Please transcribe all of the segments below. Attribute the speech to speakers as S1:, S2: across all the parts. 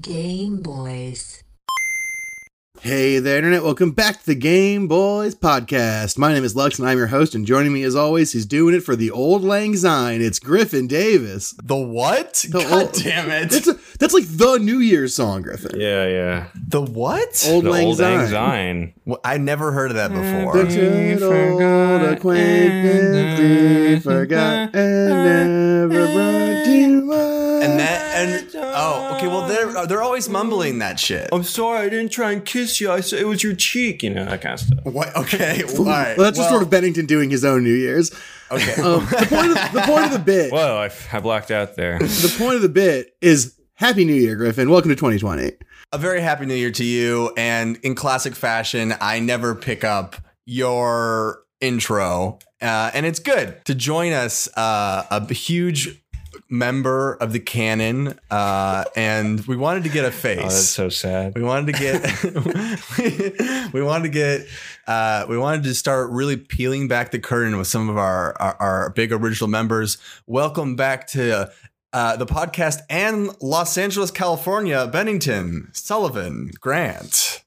S1: Game Boys.
S2: Hey there, Internet. Welcome back to the Game Boys Podcast. My name is Lux, and I'm your host. And joining me, as always, he's doing it for the old Lang Syne. It's Griffin Davis.
S3: The what? God
S2: old-
S3: damn it.
S2: That's, a, that's like the New Year's song, Griffin.
S4: Yeah, yeah.
S3: the what?
S2: Old
S4: The
S2: Lang
S4: old
S2: Syne.
S4: Lang Syne.
S3: Well, I never heard of that
S2: The
S3: before.
S2: good old acquaintance we forgot and never brought to mind.
S3: And that and oh, okay. Well, they're they're always mumbling that shit.
S4: I'm sorry, I didn't try and kiss you. I said it was your cheek, you know, that kind of stuff.
S3: What? Okay. All right.
S2: well, that's just sort of Bennington doing his own New Year's.
S3: okay.
S2: Um, the, point of, the point of the bit,
S4: Whoa, I, I blacked out there.
S2: the point of the bit is Happy New Year, Griffin. Welcome to 2020.
S3: a very happy new year to you. And in classic fashion, I never pick up your intro, uh, and it's good to join us. Uh, a b- huge member of the canon, uh, and we wanted to get a face.
S4: Oh, that's so sad.
S3: We wanted to get we wanted to get uh, we wanted to start really peeling back the curtain with some of our our, our big original members. Welcome back to uh, the podcast and Los Angeles, California, Bennington, Sullivan, Grant.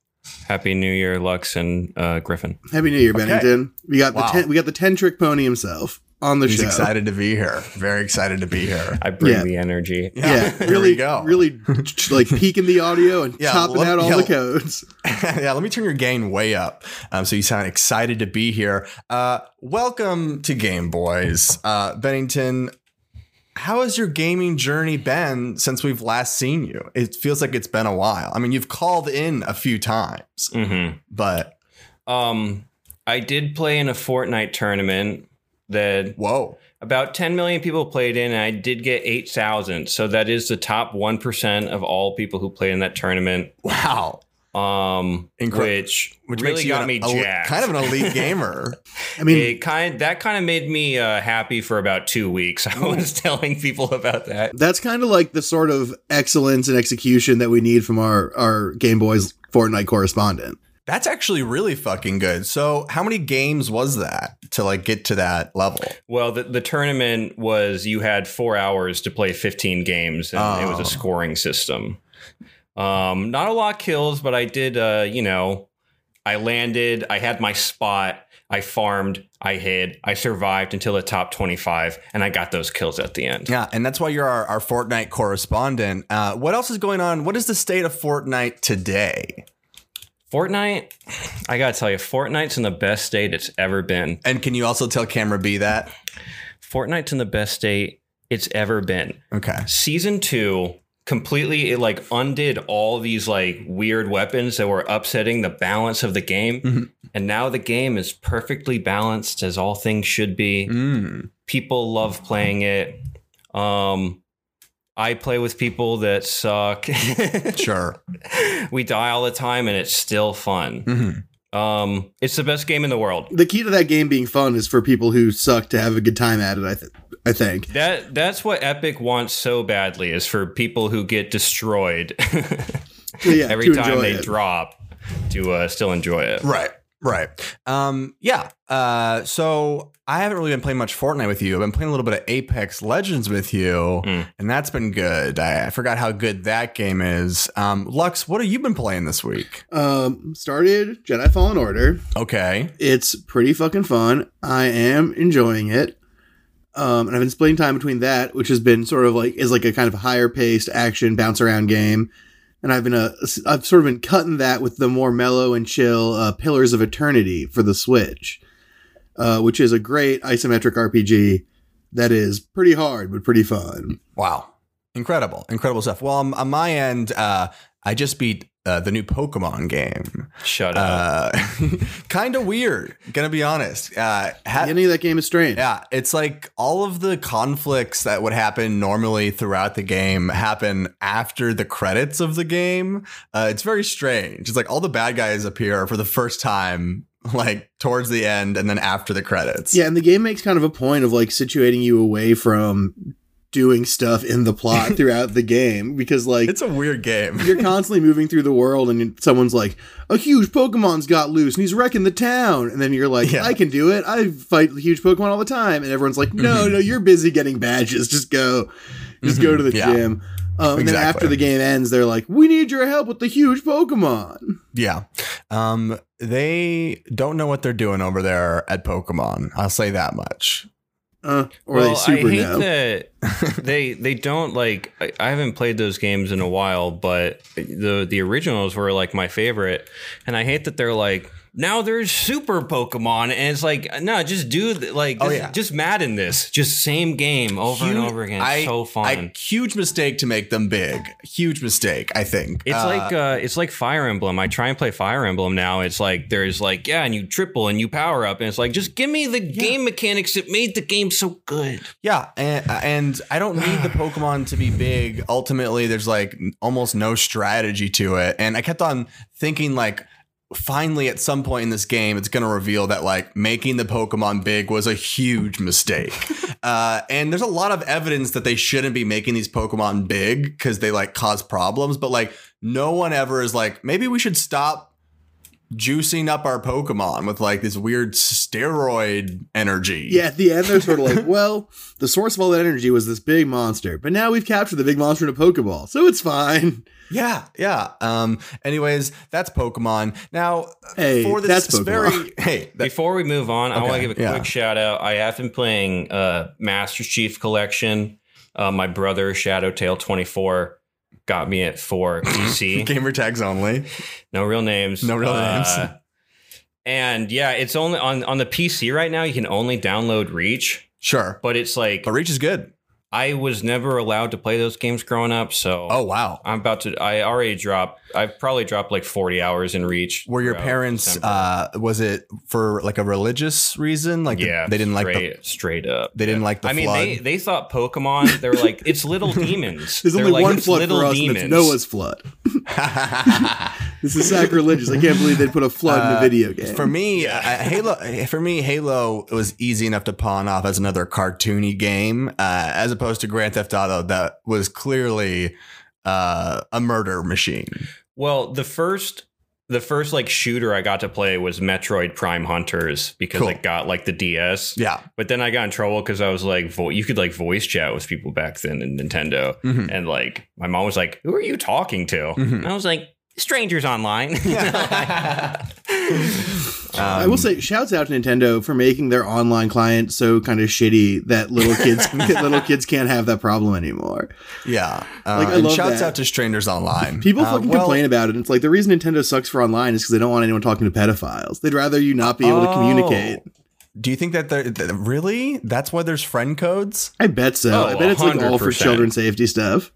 S4: Happy New Year, Lux and uh, Griffin.
S2: Happy New Year, Bennington. We got the
S3: Wow.
S2: ten, we got the ten trick pony himself on the
S3: He's
S2: show.
S3: excited to be here. Very excited to be here.
S4: I bring
S2: Yeah.
S4: the energy.
S2: Yeah,
S3: here
S2: really,
S3: we go.
S2: really t- like peeking the audio and
S3: Yeah,
S2: topping
S3: let-
S2: out all
S3: yeah.
S2: the codes.
S3: yeah, let me turn your gain way up um, so you sound excited to be here. Uh, welcome to Game Boys. Uh, Bennington, how has your gaming journey been since we've last seen you? It feels like it's been a while. I mean, you've called in a few times,
S4: hmm
S3: but
S4: Um, I did play in a Fortnite tournament that
S3: whoa.
S4: about 10 million people played in, and I did get 8,000. So that is the top 1% of all people who played in that tournament.
S3: Wow.
S4: Um,
S3: Incre-
S4: which,
S3: Which
S4: really
S3: makes you
S4: got
S3: an-
S4: me
S3: a-
S4: jacked.
S3: kind of an elite gamer.
S2: I mean,
S4: it kind that kind of made me uh, happy for about two weeks. I was telling people about that.
S2: that's kind of like the sort of excellence and execution that we need from our our Game Boys Fortnite correspondent.
S3: That's actually really fucking good. So, how many games was that to like get to that level?
S4: Well, the, the tournament was you had four hours to play 15 games, and it was
S3: Oh.
S4: a scoring system. Um, not a lot of kills, but I did. Uh, you know, I landed. I had my spot. I farmed. I hid. I survived until the top 25, and I got those kills at the end.
S3: Yeah, and that's why you're our, our Fortnite correspondent. Uh, what else is going on? What is the state of Fortnite today?
S4: Fortnite, I gotta tell you, Fortnite's in the best state it's ever been.
S3: And can you also tell Camera B that?
S4: Fortnite's in the best state it's ever been.
S3: Okay.
S4: Season two completely it like undid all these like weird weapons that were upsetting the balance of the game.
S3: Mhm.
S4: And now the game is perfectly balanced as all things should be.
S3: Mm.
S4: People love playing it. Um I play with people that suck.
S3: Sure.
S4: we die all the time and it's still fun.
S3: Mhm.
S4: Um it's the best game in the world.
S2: The key to that game being fun is for people who suck to have a good time at it. I th- I think.
S4: That that's what Epic wants so badly is for people who get destroyed
S2: Yeah,
S4: every
S2: to
S4: time
S2: enjoy
S4: they
S2: it.
S4: drop to uh, still enjoy it.
S3: Right. Right. Um, yeah. Uh, so I haven't really been playing much Fortnite with you. I've been playing a little bit of Apex Legends with you,
S4: Mm.
S3: and that's been good. I, I forgot how good that game is. Um, Lux, what have you been playing this week?
S2: Um, started Jedi Fallen Order.
S3: Okay.
S2: It's pretty fucking fun. I am enjoying it. Um, and I've been splitting time between that, which has been sort of like is like a kind of higher paced action bounce around game, and I've been a I've sort of been cutting that with the more mellow and chill uh, Pillars of Eternity for the Switch, uh, which is a great isometric RPG that is pretty hard but pretty fun.
S3: Wow. Incredible. Incredible stuff. Well, on, on my end, uh, I just beat uh, the new Pokemon game.
S4: Shut up.
S3: Uh, kind of weird, gonna be honest. Uh, ha-
S2: Any of that game is strange.
S3: yeah, it's like all of the conflicts that would happen normally throughout the game happen after the credits of the game. Uh, it's very strange. It's like all the bad guys appear for the first time, like towards the end and then after the credits.
S2: Yeah, and the game makes kind of a point of like situating you away from doing stuff in the plot throughout the game because like
S3: It's a weird game.
S2: you're constantly moving through the world and someone's like a huge pokemon's got loose and he's wrecking the town and then you're like
S3: Yeah.
S2: i can do it i fight huge pokemon all
S3: Mm-hmm.
S2: the time and everyone's like no no you're busy getting badges just go just go to the
S3: Mm-hmm. Yeah.
S2: gym Um, and then
S3: Exactly.
S2: after the game ends, they're like, "We need your help with the huge Pokemon."
S3: Yeah. Um, they don't know what they're doing over there at Pokemon. I'll say that much.
S2: Uh, or
S4: well,
S2: they super
S4: I hate
S2: know.
S4: that they they don't like. I, I haven't played those games in a while, but the the originals were like my favorite, and I hate that they're like now there's super Pokemon, and it's like no, just do th- like
S3: Oh,
S4: this-
S3: yeah.
S4: just Madden this, just same game over and
S3: Huge-
S4: over again.
S3: I-
S4: It's so fun.
S3: I, huge mistake to make them big. Huge mistake, I think.
S4: It's
S3: Uh,
S4: like uh, it's like Fire Emblem. I try and play Fire Emblem now. It's like there's like yeah, and you triple and you power up, and it's like just give me the game mechanics that made the game so good.
S3: yeah, and, and I don't need the Pokemon to be big. Ultimately, there's like n- almost no strategy to it, and I kept on thinking like. Finally, at some point in this game, it's going to reveal that like making the Pokemon big was a huge mistake. uh, and there's a lot of evidence that they shouldn't be making these Pokemon big because they like cause problems. But like, no one ever is like, maybe we should stop juicing up our Pokemon with like this weird steroid energy.
S2: Yeah, at the end, they're sort of like, "Well, the source of all that energy was this big monster, but now we've captured the big monster in a Pokeball, so it's fine."
S3: Yeah, yeah. Um. Anyways, that's Pokemon. Now,
S2: Hey,
S3: Uh, for this
S2: that's Pokemon.
S3: very hey, that,
S4: Before we move on, I
S3: Okay,
S4: want to give a
S3: yeah.
S4: quick shout out. I have been playing uh, Master Chief Collection. Uh, my brother Shadowtail twenty four got me it for PC.
S3: gamer tags only.
S4: No real names. Uh,
S3: No real names.
S4: And yeah, it's only on on the PC right now. You can only download Reach,
S3: Sure,
S4: but it's like
S3: but Reach is good.
S4: I was never allowed to play those games growing up. So
S3: Oh wow.
S4: I'm about to. I already dropped. I've probably dropped like 40 hours in Reach.
S3: Were your
S4: throughout
S3: parents?
S4: December.
S3: Uh, was it for like a religious reason? Like the-
S4: yeah,
S3: they didn't like the
S4: straight, straight up.
S3: they didn't like the
S4: I mean,
S3: flood.
S4: they, they thought Pokemon. They were like, it's little demons.
S2: There's
S4: They're
S2: only
S4: like,
S2: one
S4: "It's
S2: flood for us, and it's Noah's flood. This is sacrilegious. I can't believe they put a flood in a
S3: Uh,
S2: video game.
S3: For me, uh, Halo. For me, Halo was easy enough to pawn off as another cartoony game, uh, as opposed to Grand Theft Auto, that was clearly uh, a murder machine.
S4: well, the first. The first like shooter I got to play was Metroid Prime Hunters because
S3: Cool.
S4: I got like the DS.
S3: Yeah.
S4: But then I got in trouble because I was like, vo- you could like voice chat with people back then in Nintendo.
S3: Mhm.
S4: And like, my mom was like, who are you talking to?
S3: Mhm.
S4: And I was like, strangers online.
S3: Um,
S2: I will say, shouts out to Nintendo for making their online client so kind of shitty that little kids that little kids can't have that problem anymore.
S3: Yeah. Uh,
S2: Like, I
S3: and
S2: love
S3: shouts
S2: that.
S3: out to strangers online.
S2: People
S3: Uh,
S2: fucking
S3: well,
S2: complain about it. And it's like the reason Nintendo sucks for online is because they don't want anyone talking to pedophiles. They'd rather you not be able to
S3: Oh.
S2: communicate.
S3: Do you think that they're th- really? That's why there's friend codes.
S2: I bet so.
S4: Oh,
S2: I bet it's like all for
S4: 100%.
S2: children safety stuff.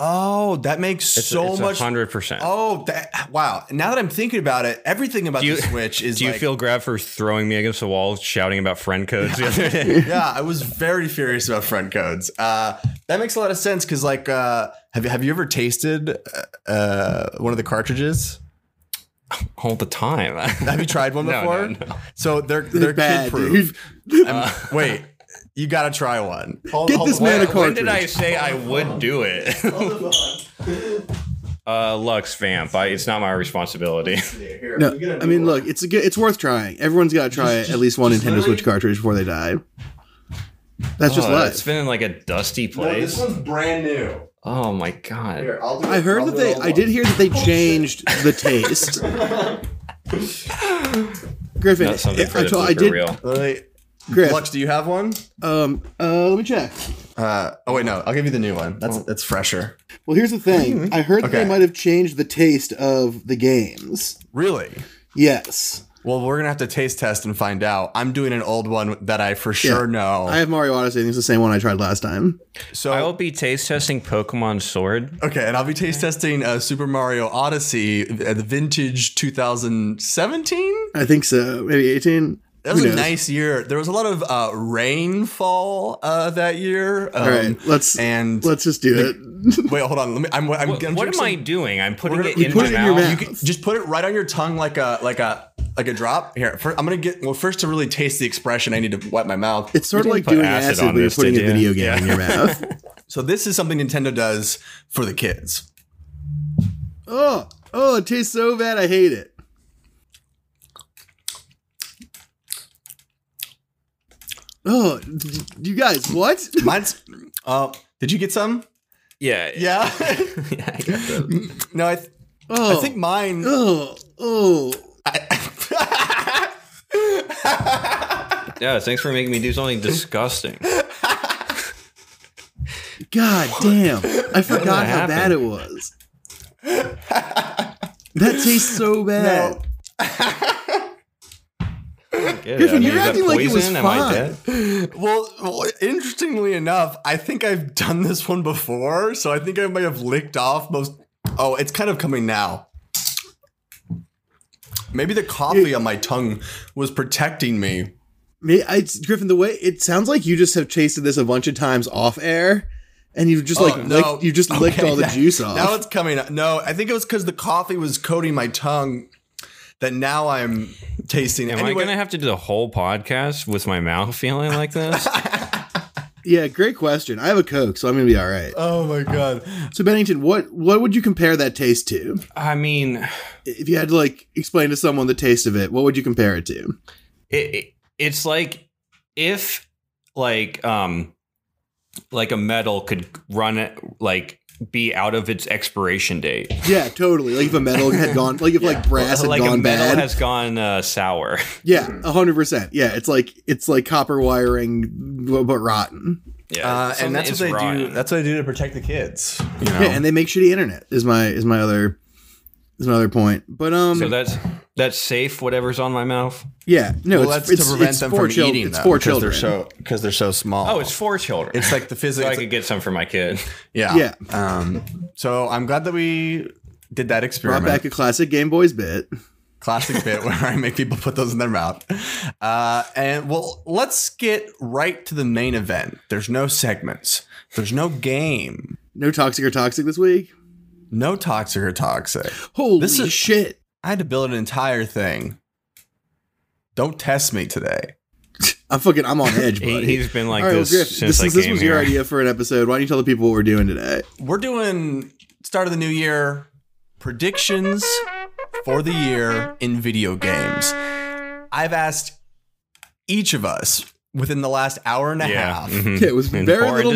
S3: Oh, that makes so much.
S4: hundred percent.
S3: Oh, that wow! Now that I'm thinking about it, everything about
S4: Do you-
S3: the Switch is
S4: Do you
S3: like,
S4: feel grabbed for throwing me against the wall, shouting about friend codes the other day?
S3: yeah, I was very furious about friend codes. Uh, that makes a lot of sense because, like, uh, have you have you ever tasted uh, uh, one of the cartridges?
S4: All the time.
S3: Have you tried one
S4: No,
S3: before?
S4: no, no.
S3: So they're they're
S2: bad,
S3: kid proof.
S2: dude.
S3: Wait, you gotta try one.
S2: Get this man a
S4: when did I
S2: cartridge.
S4: say I would do it? uh, Lux Vamp, I, it's not my responsibility.
S2: No, I mean, look, it's a good, it's worth trying. Everyone's got to try at least one Nintendo Switch cartridge before they die. That's just
S4: Oh,
S2: life.
S4: It's been in like a dusty place.
S3: Oh, one's brand new.
S4: oh my god.
S3: I'll do
S2: I heard that they. I did hear that
S3: Oh,
S2: they changed the taste. Griffin,
S4: That's something
S2: I-
S4: for
S2: I,
S4: the
S2: told- I
S4: future
S2: did.
S4: real.
S2: Griff,
S3: Lux, do you have one?
S2: um, uh, let me check.
S3: Uh, oh wait, no. I'll give you the new one. That's that's fresher.
S2: Well, here's the thing. I heard that
S3: Okay.
S2: they might have changed the taste of the games.
S3: Really?
S2: Yes,
S3: Well, we're gonna have to taste test and find out. I'm doing an old one that I for sure know.
S2: I have Mario Odyssey. I think it's the same one I tried last time.
S3: so
S4: I will be taste testing Pokemon Sword.
S3: Okay, and I'll be taste testing uh, Super Mario Odyssey, uh, the vintage 2017.
S2: I think so. Maybe eighteen.
S3: That was a nice year. There was a lot of uh, rainfall uh, that year. Um,
S2: All right, let's
S3: And
S2: let's just do it.
S3: wait, hold on. Let me. I'm. I'm,
S4: What,
S3: I'm
S4: what am
S3: drinking
S4: I doing? I'm putting
S3: We're
S4: it
S3: gonna-
S4: in
S2: put
S4: my
S2: it in your
S4: mouth.
S2: mouth.
S3: some- You could just put it right on your tongue, like a like a like a drop. Here, fir- I'm gonna get. Well, first to really taste the expression, I need to wipe my mouth.
S2: It's sort
S4: You
S2: of
S4: didn't
S2: like
S4: put
S2: doing
S4: acid
S2: acid,
S4: on
S2: when you're
S4: this,
S2: putting a
S4: did
S2: video
S4: you?
S2: game
S4: Yeah.
S2: in your mouth.
S3: So this is something Nintendo does for the kids.
S2: oh, oh, it tastes so bad. I hate it. Oh, d- d- you guys, what? Oh,
S3: Mine's. Uh, did you get some?
S4: Yeah.
S3: Yeah.
S4: Yeah, I get that.
S3: no, I, th- I
S2: Oh,
S3: think mine.
S2: oh, oh.
S3: I-
S4: Yeah, thanks for making me do something disgusting.
S2: God damn. I forgot how
S4: happen?
S2: bad it was. That tastes so bad.
S3: No.
S4: Good.
S2: Griffin, you're
S4: is that
S2: acting like it was
S4: poison? Am I
S2: fine.
S4: dead?
S3: well, well, interestingly enough, I think I've done this one before, so I think I might have licked off most. Oh, it's kind of coming now. Maybe the coffee on my tongue was protecting me.
S2: Me- I- It's, Griffin, the way it sounds like you just have tasted this a bunch of times off air, and you've just like
S3: Oh, no.
S2: licked, you just licked
S3: Okay,
S2: all the
S3: that-
S2: juice off.
S3: Now it's coming. up. No, I think it was because the coffee was coating my tongue that now I'm tasting.
S4: Am
S3: anyway,
S4: I gonna have to do the whole podcast with my mouth feeling like this?
S2: yeah, great question. I have a Coke, so I'm gonna be all right.
S3: oh my god!
S2: So Bennington, what what would you compare that taste to?
S4: I mean,
S2: If you had to like explain to someone the taste of it, what would you compare it to?
S4: it, it- it's like if like um like a metal could run it like be out of its expiration date.
S2: Yeah, totally. Like if a metal had gone, like if like brass had
S4: like a
S2: gone
S4: metal
S2: bad.
S4: has gone uh, sour.
S2: yeah, hundred percent. Yeah, it's like it's like copper wiring, but but rotten.
S4: Yeah,
S3: Uh,
S4: something
S3: and that's what
S4: is
S3: they do.
S4: rotten.
S3: That's what I do to protect the kids. You know?
S2: Yeah, and they make shitty internet. Is my is my other is my other point. But um,
S4: so that's that's safe. Whatever's on my mouth.
S2: yeah, no,
S3: well,
S2: it's,
S3: that's
S2: it's,
S3: to prevent
S2: it's
S3: them
S2: for
S3: from
S2: children.
S3: eating.
S2: it's
S3: though,
S2: for
S3: because
S2: children.
S3: They're so because they're so small.
S4: Oh, it's for children.
S3: it's like the
S4: so
S3: physics.
S4: I could get some for my kid.
S3: yeah.
S2: Yeah.
S3: Um. So I'm glad that we did that experiment.
S2: Brought back a classic Game Boys bit.
S3: classic bit where I make people put those in their mouth. Uh, and well, let's get right to the main event. There's no segments. There's no game.
S2: No toxic or toxic this week.
S3: No toxic or toxic.
S2: Holy
S3: This is-
S2: shit!
S3: I had to build an entire thing. Don't test me today.
S2: I'm fucking. I'm on edge, buddy.
S4: He, he's been like
S2: All right, well,
S4: this
S2: Griff,
S4: since
S2: this,
S4: I
S2: is, this
S4: came
S2: was
S4: here.
S2: your idea for an episode. Why don't you tell the people what we're doing today?
S3: We're doing start of the new year predictions for the year in video games. I've asked each of us within the last hour and a
S4: Yeah,
S3: half
S4: mhm.
S2: Yeah, it was
S4: And
S2: very
S4: foreign
S2: little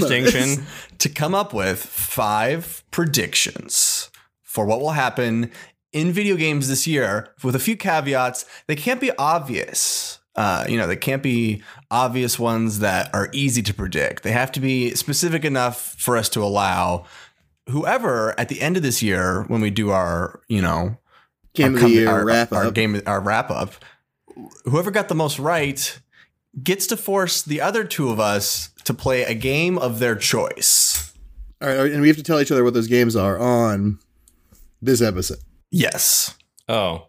S4: distinction.
S2: notice.
S3: to come up with five predictions for what will happen in video games this year with a few caveats. They can't be obvious. Uh, you know, they can't be obvious ones that are easy to predict. They have to be specific enough for us to allow whoever at the end of this year, when we do our, you know,
S2: Game of
S3: our
S2: the
S3: com-
S2: year
S3: our,
S2: wrap
S3: our
S2: up.
S3: game, our wrap up. Whoever got the most right gets to force the other two of us to play a game of their choice.
S2: All right, all right, and we have to tell each other what those games are on this episode.
S3: Yes,
S4: Oh,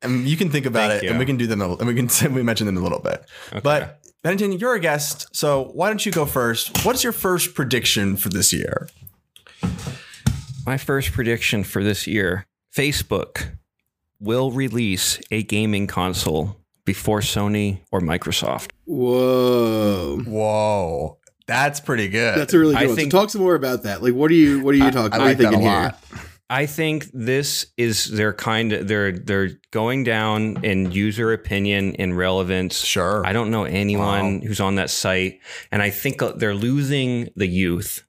S3: and you can think about
S4: Thank
S3: it,
S4: you.
S3: and we can do them, a- and we can we mention them in a little bit.
S4: okay.
S3: But Bennington, you're a guest, so why don't you go first? What's your first prediction for this year?
S4: My first prediction for this year Facebook will release a gaming console before Sony or Microsoft.
S2: Whoa,
S3: Whoa, that's pretty good.
S2: that's a really good
S4: I
S2: one.
S4: think-
S2: so talk some more about that. Like, what are you? What are you talking?
S3: I
S2: what are you
S3: like that a
S2: thinking here?
S3: lot.
S4: I think this is their kind of they're they're going down in user opinion and relevance.
S3: Sure.
S4: I don't know anyone who's on that site and I think uh, they're losing the youth.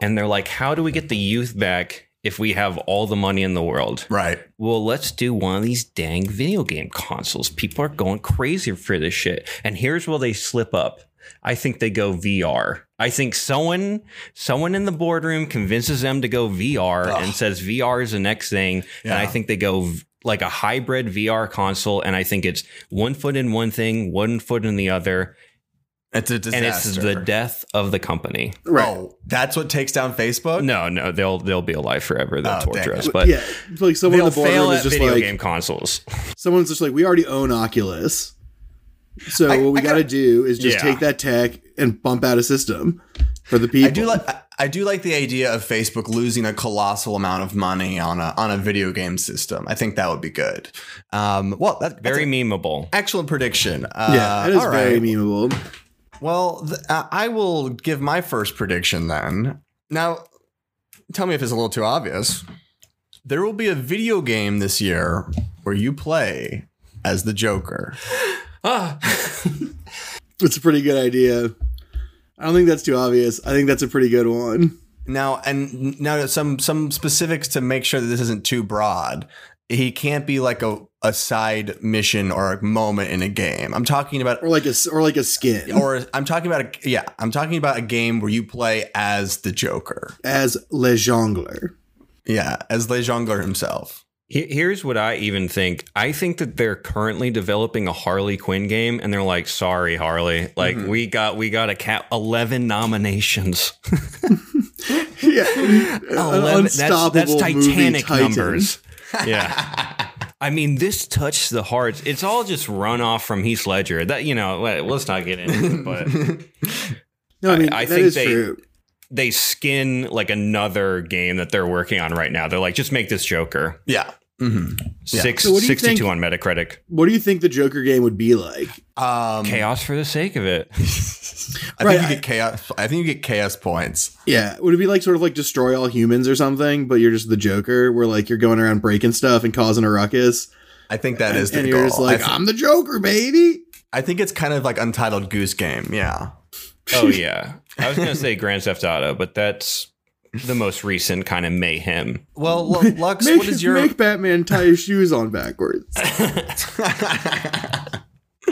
S4: And they're like how do we get the youth back if we have all the money in the world?
S3: right.
S4: well, let's do one of these dang video game consoles. People are going crazy for this shit. And here's where they slip up. I think they go VR. I think someone someone in the boardroom convinces them to go VR and
S3: Ugh.
S4: says VR is the next thing. And I
S3: Yeah.
S4: think they go v- like a hybrid VR console. And I think it's one foot in one thing, one foot in the other.
S3: It's a disaster.
S4: And it's the death of the company.
S2: Right.
S3: Oh, that's what takes down Facebook.
S4: No, no, they'll they'll be alive forever. They'll
S3: Oh,
S4: torture
S3: damn.
S4: us. But
S2: yeah, it's like someone in
S4: they'll
S2: the
S4: fail
S2: boardroom
S4: at
S2: is just
S4: video
S2: like
S4: game consoles.
S2: someone's just like, we already own Oculus, so
S3: I-
S2: what we
S3: I
S2: got to
S3: gotta-
S2: do is just
S4: Yeah.
S2: take that tech and bump out a system for the people.
S3: I do like I- I do like the idea of Facebook losing a colossal amount of money on a on a video game system. I think that would be good. Um, well, that, that's
S4: Very
S3: an
S4: memeable.
S3: excellent prediction. Uh,
S2: Yeah, it is
S3: all
S2: very
S3: right.
S2: memeable.
S3: Well, th- uh, I will give my first prediction then. Now, tell me if it's a little too obvious. There will be a video game this year where you play as the Joker.
S4: Ah.
S2: It's a pretty good idea. All I don't think that's too obvious. I think that's a pretty good one.
S3: Now and now some some specifics to make sure that this isn't too broad. He can't be like a, a side mission or a moment in a game. I'm talking about
S2: Or like a s- or like a skin
S3: or I'm talking about a yeah, I'm talking about a game where you play as the Joker.
S2: as Le Jongleur.
S3: Yeah, as Le Jongleur himself.
S4: He- Here's what I even think. I think that they're currently developing a Harley Quinn game, and they're like, "Sorry, Harley, like
S2: Mm-hmm.
S3: Mhm.
S4: we got we got a cat eleven nominations,
S2: yeah,
S4: eleven Oh, that's, that's Titanic numbers." Yeah, I mean, this touched the hearts. It's all just run off from Heath Ledger. That you know, let- let's not get into it, but
S2: No, I mean
S4: I- I
S2: that
S4: think
S2: is
S4: they-
S2: true.
S4: they skin like another game that they're working on right now. They're like, just make this Joker.
S3: yeah. Mhm. Yeah.
S4: Six,
S2: So what do you
S4: 62
S2: think-
S4: on Metacritic.
S2: What do you think the Joker game would be like?
S3: Um,
S4: Chaos for the sake of it.
S3: I
S2: Right,
S3: think
S2: I-
S3: you get chaos. I think you get chaos points.
S2: Yeah, would it be like sort of like destroy all humans or something? But you're just the Joker, where like you're going around breaking stuff and causing a ruckus,
S3: I think that
S2: and,
S3: is the
S2: and
S3: goal.
S2: you're just
S3: I
S2: like,
S3: th-
S2: I'm the Joker, baby.
S3: I think it's kind of like Untitled Goose Game. Yeah.
S4: Oh yeah, I was gonna say Grand Theft Auto, but that's the most recent kind of mayhem.
S3: Well, Lu- Lux,
S2: Make,
S3: what is your?
S2: make Batman tie his shoes on backwards.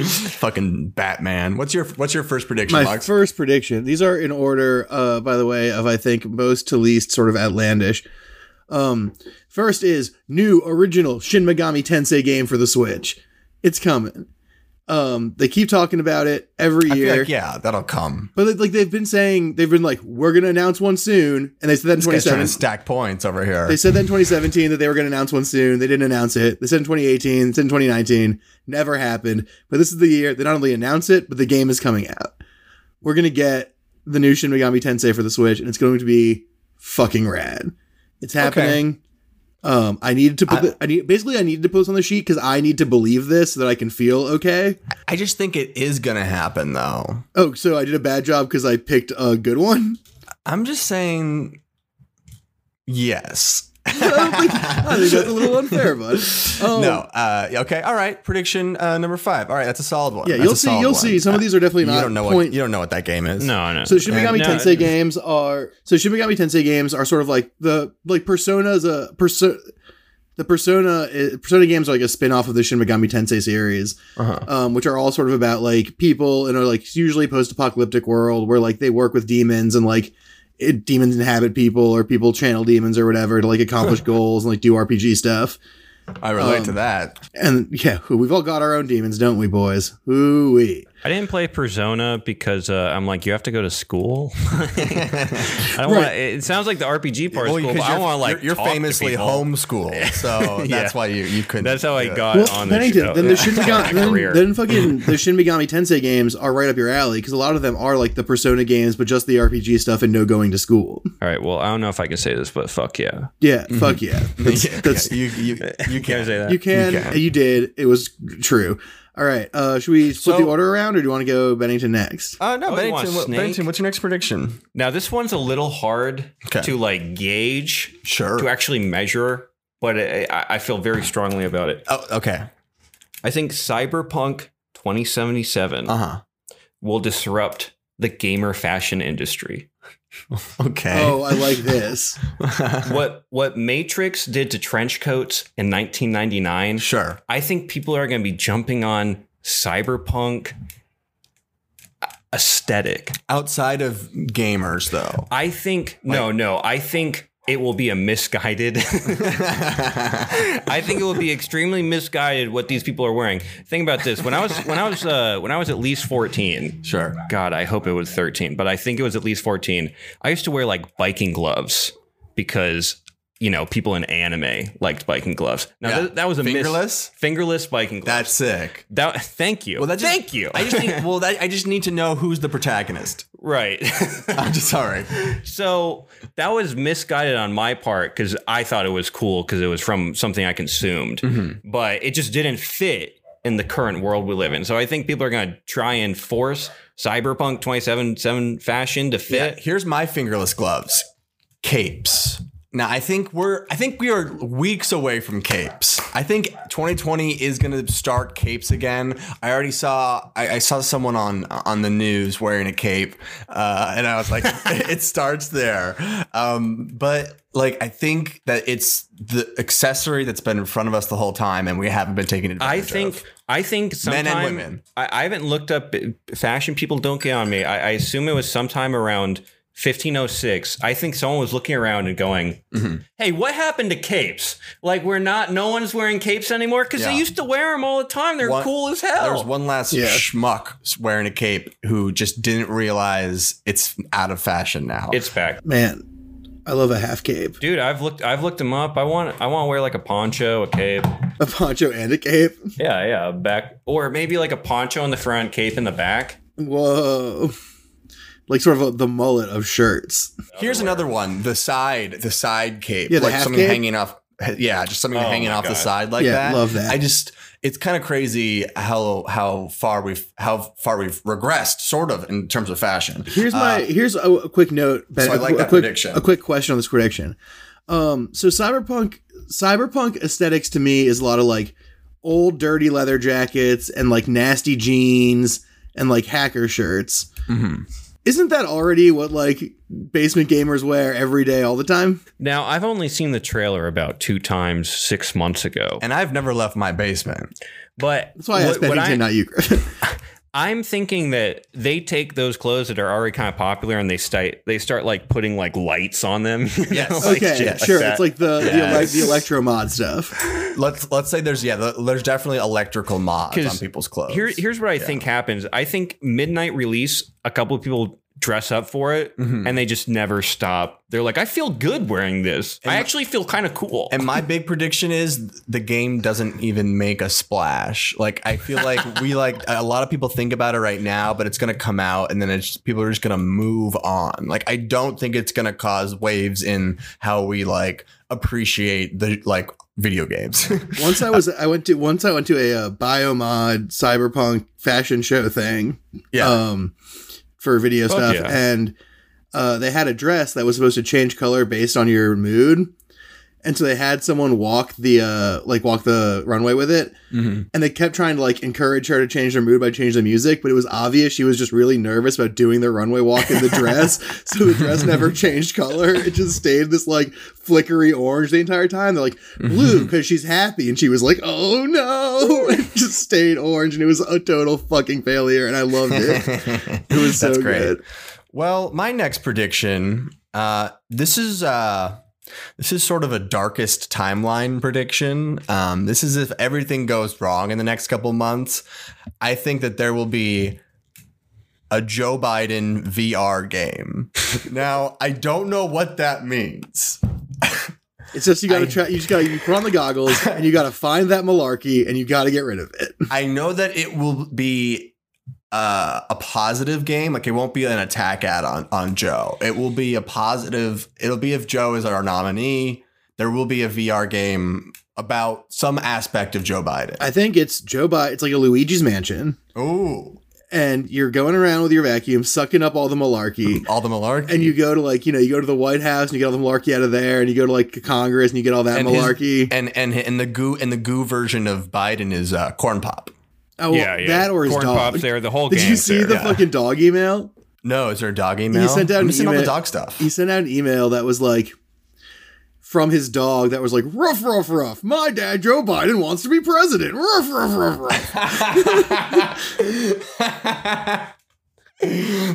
S3: Fucking Batman. What's your What's your first prediction,
S2: My
S3: Lux?
S2: first prediction. These are in order, uh, by the way, of I think most to least sort of outlandish. Um, first is new original Shin Megami Tensei game for the Switch. It's coming. Um, they keep talking about it every
S3: I
S2: year.
S3: feel like yeah, that'll come.
S2: But like- like they've been saying, they've been like, we're gonna announce one soon, and they said that in
S3: This guy's trying to
S2: 2017.
S3: stack points over here.
S2: They said that in 2017 that they were gonna announce one soon. They didn't announce it. They said in 2018. They said in 2019. Never happened. But this is the year they not only announce it, but the game is coming out. We're gonna get the new Shin Megami Tensei for the Switch, and it's going to be fucking rad. It's happening. Um, I needed to put.
S3: I-
S2: the, I need basically I needed to put this on the sheet because I need to believe this so that I can feel okay.
S3: I just think it is gonna happen, though.
S2: Oh, so I did a bad job because I picked a good one.
S3: I'm just saying. Yes.
S2: I think that's a little unfair, bud. Um,
S3: No. Uh, okay. All right. Prediction uh, number five. All right. That's a solid one.
S2: Yeah,
S3: That's
S2: you'll
S3: a
S2: see.
S3: solid
S2: You'll
S3: one.
S2: see. Some of these are definitely
S3: You
S2: not
S3: don't know
S2: point.
S3: what you don't know what that game is.
S4: No, no.
S2: so Shin Megami
S4: No,
S2: Tensei games are so Shin Megami Tensei games are sort of like the like Persona is a perso- the Persona i- Persona games are like a spin off of the Shin Megami Tensei series,
S3: Uh-huh.
S2: um, which are all sort of about like people in a like usually post apocalyptic world where like they work with demons and like it, demons inhabit people or people channel demons or whatever to like accomplish goals and like do RPG stuff.
S3: I relate
S2: Um,
S3: to that.
S2: And yeah, we've all got our own demons, don't we, boys? Ooh wee.
S4: I didn't play Persona because uh, I'm like, you have to go to school. I don't want.
S2: Right.
S4: It sounds like the RPG part is cool, but
S3: because
S4: I want to like
S3: you're, you're
S4: talk to
S3: famously
S4: people.
S3: homeschooled, so that's
S4: Yeah.
S3: why you you couldn't.
S4: That's how I
S3: do it.
S4: got on the
S2: Pennington,
S4: show.
S2: then the Shin Megami,
S4: Career.
S2: then, then fucking the Shin Megami Tensei games are right up your alley because a lot of them are like the Persona games, but just the RPG stuff and no going to school.
S4: All right. Well, I don't know if I can say this, but fuck yeah.
S2: Yeah, fuck yeah, that's,
S3: Yeah,
S2: that's
S3: you you you
S4: Can I
S3: can't
S4: say that?
S2: you can, you
S3: You can.
S2: did, it was true. All right, uh, should we flip
S3: So-
S2: the order around, or do you want to go Bennington next?
S3: Uh, no,
S4: Oh, you want
S3: Bennington, what,
S4: Snake?
S3: Bennington, what's your next prediction?
S4: Now this one's a little hard
S3: Okay.
S4: to like gauge
S3: Sure.
S2: Er.
S4: to actually measure, but I, I I feel very strongly about it.
S3: oh, okay.
S4: I think Cyberpunk 2077
S3: Uh
S4: will disrupt the gamer fashion industry.
S3: huh. Okay.
S2: Oh, I like this.
S4: what what Matrix did to trench coats in 1999,
S3: sure.
S4: I think people are going to be jumping on cyberpunk a- aesthetic.
S3: Outside of gamers, though.
S4: I think no, no, I think it will be a misguided. I think it will be extremely misguided what these people are wearing. Think about this: when I was when I was uh, when I was at least 14,
S3: sure.
S4: God, I hope it was 13, but I think it was at least 14. I used to wear like biking gloves because, you know, people in anime liked biking gloves. Now,
S3: Yeah.
S4: th- that was a mis-
S3: Fingerless?
S4: fingerless biking gloves.
S3: That's sick.
S4: that, thank you.
S3: Well, that just-
S4: thank you.
S3: I just need, well, that, I just need to know who's the protagonist.
S4: right.
S3: I'm just sorry.
S4: so that was misguided on my part because I thought it was cool because it was from something I consumed,
S3: Mm-hmm.
S4: but it just didn't fit in the current world we live in. So I think people are going to try and force cyberpunk 27 fashion to
S3: Yeah,
S4: fit.
S3: here's my fingerless gloves. Capes. Now I think we're I think we are weeks away from capes. I think 2020 is going to start capes again. I already saw I, I saw someone on on the news wearing a cape, uh, and I was like, it starts there. Um, but like I think that it's the accessory that's been in front of us the whole time, and we haven't been taking advantage.
S4: I think
S3: of.
S4: I think
S3: Men and
S4: sometime
S3: women.
S4: I, I haven't looked up uh, fashion. People don't get on me. I, I assume it was sometime around 1506. I think someone was looking around and going,
S3: Mhm.
S4: "Hey, what happened to capes? Like we're not. No one's wearing capes anymore because
S3: Yeah.
S4: they used to wear them all the time. They're
S3: One-
S4: cool as
S3: There was
S4: hell.
S3: one last
S2: Yeah.
S3: schmuck wearing a cape who just didn't realize it's out of fashion now.
S4: It's back,
S2: Man, I love a half cape,
S4: dude. I've looked. I've looked them up. I want. I want to wear like a poncho, a cape.
S2: a poncho and a cape.
S4: Yeah, yeah, a back or maybe like a poncho in the front, cape in the back.
S2: Whoa. Like sort of a, the mullet of shirts.
S3: Here's another one: the side, the side cape,
S2: Yeah, the
S3: like
S2: half
S3: something
S2: cape?
S3: hanging off. Yeah, just something
S4: Oh
S3: hanging
S4: my
S3: off the
S4: God.
S3: side like
S2: Yeah,
S3: that.
S2: love that.
S3: I just, it's kind of crazy how how far we've how far we've regressed, sort of, in terms of fashion.
S2: Here's my
S3: Uh,
S2: here's a, a quick note. Ben,
S3: So I
S2: a,
S3: like
S2: qu- a
S3: that
S2: quick,
S3: prediction.
S2: A quick question on this prediction. Um, so cyberpunk cyberpunk aesthetics to me is a lot of like old dirty leather jackets and like nasty jeans and like hacker shirts.
S3: Mm-hmm.
S2: Isn't that already what like basement gamers wear every day all the time?
S4: Now, I've only seen the trailer about two times six months ago,
S3: And I've never left my basement.
S4: but
S2: That's why I asked
S4: what- what
S2: Bennington, not you, Griffin.
S4: I'm thinking that they take those clothes that are already kind of popular and they start they start like putting like lights on them. you
S3: Yes.
S4: know, like
S2: okay,
S4: shit
S3: like
S2: sure.
S4: that.
S2: it's like the
S3: Yes.
S2: the, elec- the electro mod stuff.
S3: Let's let's say there's yeah, the- there's definitely electrical mods
S4: 'Cause
S3: on people's clothes.
S4: Here, here's what I think happens. I think midnight release, a couple of people dress up for it
S3: Mhm.
S4: and they just never stop. They're like, I feel good wearing this. I actually feel kind of cool.
S3: And my big prediction is the game doesn't even make a splash. Like I feel like we like a lot of people think about it right now, but it's gonna come out and then it's just, people are just gonna move on. Like I don't think it's gonna cause waves in how we like appreciate the like video games.
S2: Once I was I went to once I went to a, uh biomod cyberpunk fashion show thing. um, for video
S4: Fuck
S2: stuff,
S4: yeah.
S2: and uh, they had a dress that was supposed to change color based on your mood, and so they had someone walk the uh, like walk the runway with it,
S3: Mhm.
S2: and they kept trying to like encourage her to change her mood by changing the music, but it was obvious she was just really nervous about doing the runway walk in the dress, so the dress never changed color; it just stayed this like flickery orange the entire time. They're like
S3: Mm-hmm.
S2: blue because she's happy, and she was like, "Oh no!" It just stayed orange, and it was a total fucking failure, and I loved it. It was so
S3: That's great.
S2: good.
S3: Well, my next prediction. Uh, this is uh, this is sort of a darkest timeline prediction. Um, this is if everything goes wrong in the next couple months. I think that there will be a Joe Biden VR game. now, I don't know what that means.
S2: It's just you gotta
S3: I-
S2: try you just gotta you put on the goggles and you gotta find that malarkey and you gotta get rid of it.
S3: I know that it will be uh, a positive game. Like it won't be an attack ad on on Joe. It will be a positive. It'll be if Joe is our nominee. There will be a VR game about some aspect of Joe Biden.
S2: I think it's Joe Biden it's like a Luigi's mansion.
S3: Ooh,
S2: And you're going around with your vacuum, sucking up all the malarkey.
S3: all the Mm. malarkey.
S2: And you go to like, you know, you go to the White House and you get all the malarkey out of there, and you go to like Congress and you get all that
S3: And his-
S2: malarkey.
S3: and and and the goo and the goo version of Biden is uh, corn pop.
S2: oh, well, that or his
S4: Corn
S2: dog.
S4: pops there, the whole
S2: Did
S4: game.
S2: you see the fucking dog email?
S3: No, is there a dog email?
S2: sent out
S3: I'm
S2: an
S3: missing all the
S2: email-
S3: dog stuff.
S2: He sent out an email that was like from his dog that was like ruff ruff ruff. My dad Joe Biden wants to be president. Ruff ruff ruff ruff.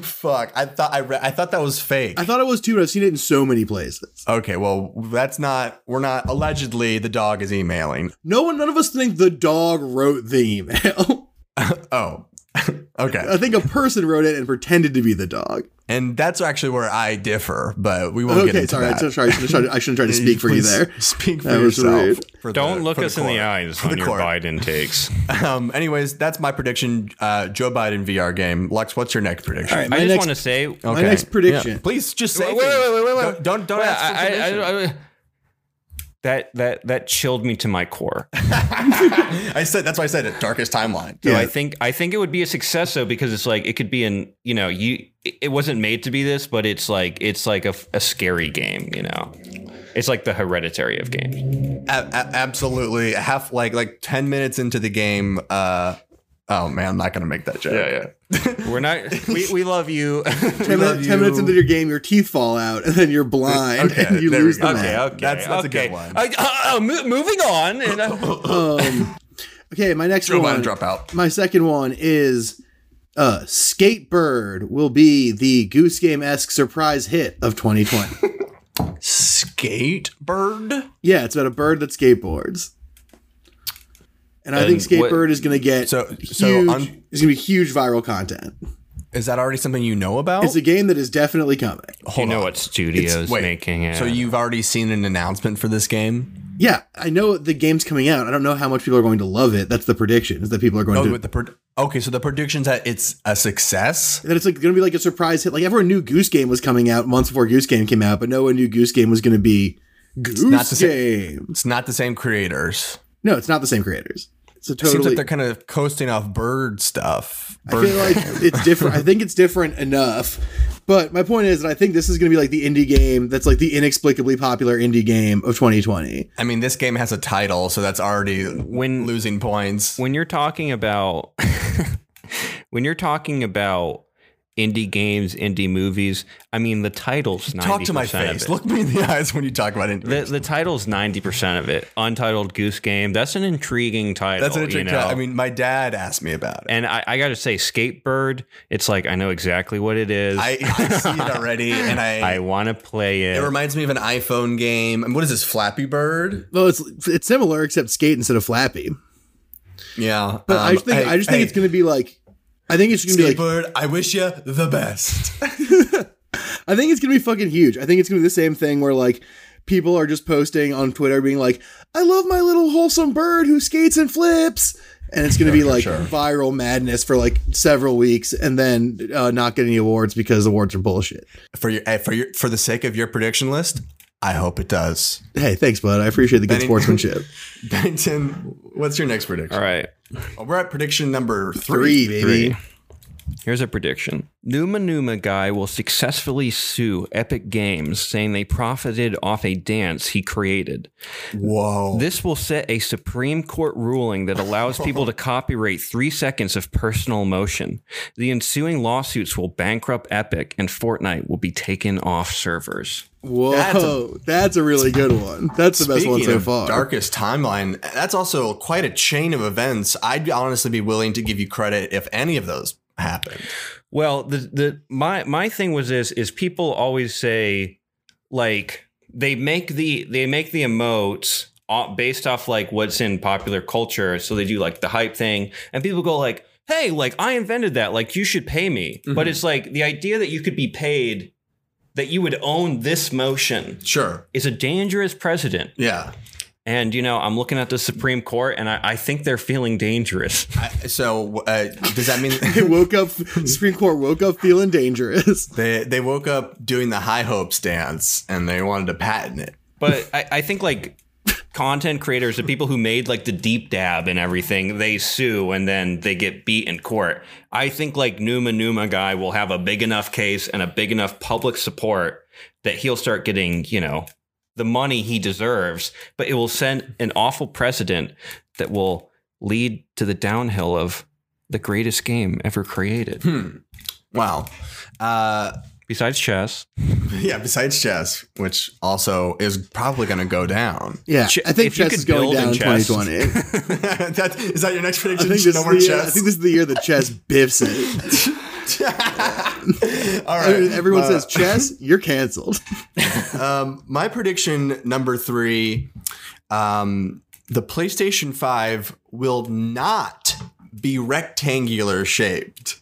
S3: Fuck! I thought I re- I thought that was fake.
S2: I thought it was too, but I've seen it in so many places.
S3: Okay, well, that's not, we're not, allegedly, the dog is emailing.
S2: No one, none of us think the dog wrote the email.
S3: Oh, okay.
S2: I think a person wrote it and pretended to be the dog.
S3: And that's actually where I differ, but we won't get
S2: okay,
S3: into
S2: sorry,
S3: that.
S2: I'm sorry. I shouldn't try to, I shouldn't try to speak for you
S3: Please
S2: there.
S3: Speak for
S2: That was
S3: yourself.
S2: rude.
S3: for the-
S4: Don't look
S3: for
S4: us in the
S3: court.
S4: eyes
S3: For
S4: on
S3: the
S4: your
S3: court.
S4: Biden takes.
S3: Um, anyways, that's my prediction. Uh, Joe Biden VR game. Lex, what's your next prediction?
S2: All right,
S4: I
S2: my
S4: just
S2: next,
S4: want to say
S2: my next prediction.
S3: Please just say.
S4: Wait, wait, wait, wait, wait, wait.
S3: Don't don't, don't
S4: Wait,
S3: ask for
S4: I, I-
S3: permission.
S4: I- I- that that that chilled me to my core.
S3: I said that's why I said it. Darkest timeline.
S4: So
S2: Yeah.
S4: I think I think it would be a success though because it's like it could be an you know you it it wasn't made to be this but it's like it's like a, f- a scary game you know it's like the hereditary of games
S3: A- a- absolutely. Half like like ten minutes into the game. Uh, oh man, I'm not gonna make that joke.
S4: we're not we, we love you
S2: Ten,
S3: love
S2: minutes, ten minutes
S3: you.
S2: into your game, your teeth fall out, and then you're blind,
S3: Okay,
S2: and you
S3: there we
S2: lose the
S3: go.
S2: map.
S4: okay okay
S3: That's- that's a
S4: okay.
S3: good one.
S4: Uh, uh, uh, mo- moving on and uh,
S2: Um, okay, my next
S3: Joe Biden
S2: one.
S3: dropout.
S2: My second one is uh, Skatebird will be the Goose Game esque surprise hit of 2020.
S3: Skatebird.
S2: yeah, it's about a bird that skateboards. And I think
S4: And what-
S2: Skatebird is going to get
S3: So-
S2: huge,
S3: so I'm-
S2: it's going to be huge viral content.
S3: Is that already something you know about?
S2: It's a game that is definitely coming.
S4: you
S3: Hold
S4: know
S3: on.
S4: what studios
S3: wait,
S4: making it
S3: So you've already seen an announcement for this game?
S2: Yeah, I know the game's coming out. I don't know how much people are going to love it. That's the prediction is that people are going
S3: Oh,
S2: to
S3: with the pro- okay. So the prediction's that it's a success.
S2: that it's like going to be like a surprise hit. Like everyone knew Goose Game was coming out months before Goose Game came out, but no one knew Goose Game was going to be Goose
S3: not the same-
S2: Game.
S3: It's not the same creators.
S2: No, it's not the same creators. It's a
S3: It seems
S2: totally.
S3: like they're kind of coasting off bird stuff.
S2: I
S3: Bird
S2: feel like it's different. I think it's different enough. But my point is that I think this is going to be like the indie game that's like the inexplicably popular indie game of 2020.
S3: I mean, this game has a title, so that's already
S4: When-
S3: losing points.
S4: when you're talking about when you're talking about indie games, indie movies, I mean the title's 90%
S3: Talk to my
S4: of
S3: face.
S4: it.
S3: Look me in the eyes when you talk about it.
S4: The, the title's 90% of it. Untitled Goose Game. That's an intriguing title.
S3: That's an
S4: you
S3: interesting.
S4: know?
S3: I mean, my dad asked me about it.
S4: and I, I got to say, Skatebird, it's like I know exactly what it is.
S3: I, I see it already, and I.
S4: I want to play it.
S3: it reminds me of an iPhone game. And what is this, Flappy Bird?
S2: Well, it's it's similar except skate instead of flappy.
S3: Yeah,
S2: But I just think I just think it's going to be like I think it's going to be like
S3: Um, Skateboard, I wish you the best.
S2: I think it's gonna be fucking huge. I think it's gonna be the same thing where like people are just posting on Twitter being like, I love my little wholesome bird who skates and flips. And it's gonna be like viral madness for like several weeks and then uh, not get any awards because awards are bullshit.
S3: for your eh, for your for the sake of your prediction list, I hope it does.
S2: Hey, thanks, bud. I appreciate the good
S3: Benny-
S2: sportsmanship.
S3: Benton, what's your next prediction?
S4: All right.
S3: Oh, We're at prediction number
S2: Three,
S3: three.
S2: baby.
S4: Here's a prediction. Numa Numa guy will successfully sue Epic Games, saying they profited off a dance he created.
S3: Whoa.
S4: This will set a Supreme Court ruling that allows people to copyright three seconds of personal motion. The ensuing lawsuits will bankrupt Epic, and Fortnite will be taken off servers.
S2: Whoa, that's
S3: That's
S2: a, really good one. That's the best one
S3: Speaking
S2: so
S3: of
S2: far.
S3: Darkest timeline. That's also quite a chain of events. I'd honestly be willing to give you credit if any of those happened.
S4: Well, the the my my thing was this is people always say like they make the they make the emotes o- based off like what's in popular culture. So they do like the hype thing, and people go like, "Hey, like I invented that. Like you should pay me." But it's like the idea that you could be paid, that you would own this motion,
S3: Sure.
S4: is a dangerous precedent.
S3: Yeah.
S4: And you know, I'm looking at the Supreme Court, and I, I think they're feeling dangerous.
S3: I, so uh, does that mean
S2: they woke up Supreme Court woke up feeling dangerous.
S3: they they woke up doing the high hopes dance and they wanted to patent it?
S4: but I, I think like content creators, the people who made like the deep dab and everything, they sue and then they get beat in court. I think like Numa Numa guy will have a big enough case and a big enough public support that he'll start getting, you know, the money he deserves, but it will send an awful precedent that will lead to the downhill of the greatest game ever created.
S3: Wow. Uh,
S4: Besides chess,
S3: yeah. Besides chess, which also is probably going to go down.
S2: Yeah,
S4: Ch-
S2: I think
S4: if you
S2: chess
S4: could
S2: is going
S4: build in
S2: down in
S4: chess.
S2: 2020.
S3: that, is that your next
S2: I
S3: prediction?
S2: think, this
S3: no
S2: is
S3: more
S2: the year, I
S3: chess.
S2: think this is the uh, year that chess biffs it.
S3: All right.
S2: Everyone
S3: Uh,
S2: says chess, you're canceled.
S3: Um, my prediction number three: um, the PlayStation Five will not be rectangular shaped.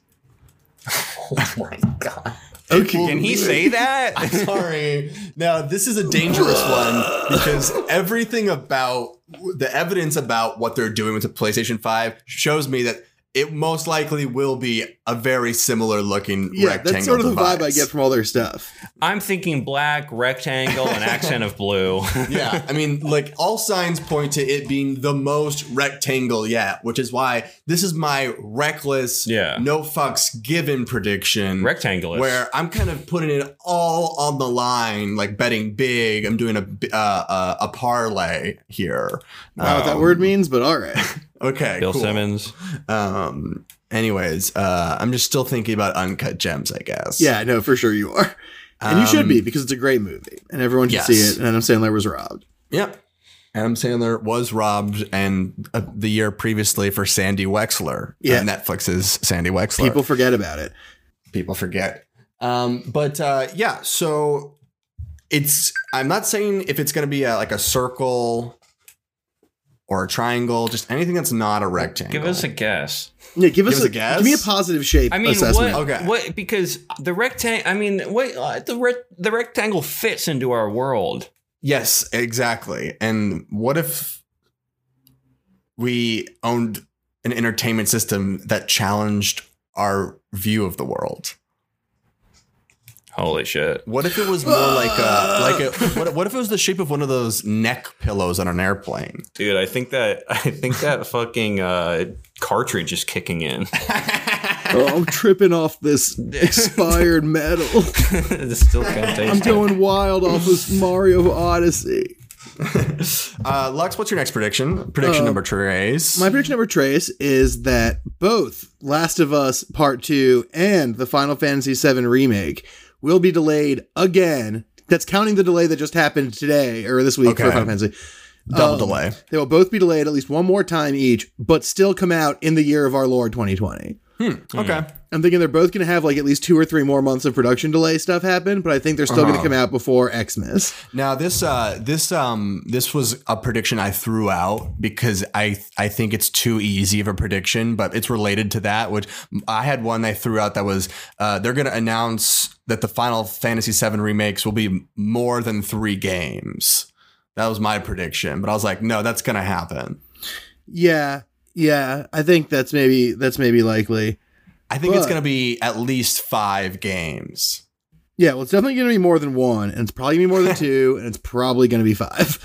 S2: Okay,
S4: can he say that?
S3: Sorry. Now this is a dangerous one because everything about the evidence about what they're doing with the PlayStation Five shows me that it most likely will be a very similar looking
S2: Yeah,
S3: rectangle.
S2: that's sort of the vibe I
S3: device.
S2: get from all their stuff.
S4: I'm thinking black, rectangle, and accent of blue.
S3: yeah, I mean, like all signs point to it being the most rectangle yet, which is why this is my reckless,
S4: Yeah.
S3: no fucks given prediction.
S4: Rectangular.
S3: Where I'm kind of putting it all on the line, like betting big. I'm doing a bi- uh, uh, a parlay here.
S2: I don't know what that
S3: Um,
S2: word means, but all right.
S3: Okay,
S4: Bill
S3: cool.
S4: Simmons.
S3: Um. Anyways, uh, I'm just still thinking about uncut gems. I guess.
S2: Yeah, no, for sure you are, and you should
S3: Um,
S2: be because it's a great movie, and everyone should see
S3: Yes.
S2: it. And Adam Sandler was robbed.
S3: Yep. Adam Sandler was robbed, and uh, the year previously for Sandy Wexler.
S2: Yeah.
S3: Uh, Netflix's Sandy Wexler.
S2: People forget about it.
S3: people forget. Um, but uh, yeah, so it's. I'm not saying if it's going to be a, like a circle or a triangle, just anything that's not a rectangle.
S4: Give us a guess.
S2: Yeah, give, us,
S3: us
S2: a,
S3: a guess?
S2: Give me a positive shape
S4: I mean,
S2: assessment.
S4: what?
S3: Okay.
S4: What? Because the rectangle. I mean, what? Uh, the rec- the rectangle fits into our world.
S3: Yes, exactly. And what if we owned an entertainment system that challenged our view of the world?
S4: Holy shit!
S3: What if it was more like a like a what, what if it was the shape of one of those neck pillows on an airplane?
S4: Dude, I think that I think that fucking uh, cartridge is kicking in.
S2: Oh, I'm tripping off this expired metal.
S4: it's still kind of
S2: I'm going wild off this Mario Odyssey.
S3: Uh, Lux, what's your next prediction? Prediction
S2: Uh,
S3: number trace.
S2: My prediction number trace is that both Last of Us Part 2 and the Final Fantasy VII remake will be delayed again. That's counting the delay that just happened today or this week for
S3: Okay.
S2: Final Fantasy.
S3: Double
S2: um,
S3: delay.
S2: They will both be delayed at least one more time each, but still come out in the year of our Lord 2020.
S3: Okay.
S2: I'm thinking they're both going to have like at least two or three more months of production delay stuff happen, but I think they're still going to
S3: Uh-huh.
S2: come out before Xmas.
S3: Now this uh this um this was a prediction I threw out because I I think it's too easy of a prediction, but it's related to that. Which I had one I threw out that was uh they're gonna announce that the Final Fantasy VII remakes will be more than three games. That was my prediction, but I was like, no, that's gonna happen.
S2: Yeah, yeah, I think that's maybe that's maybe likely.
S3: I think it's
S2: But-
S3: gonna be at least five games.
S2: Yeah, well, it's definitely going to be more than one, and it's probably going to be more than two, and it's probably going to be five.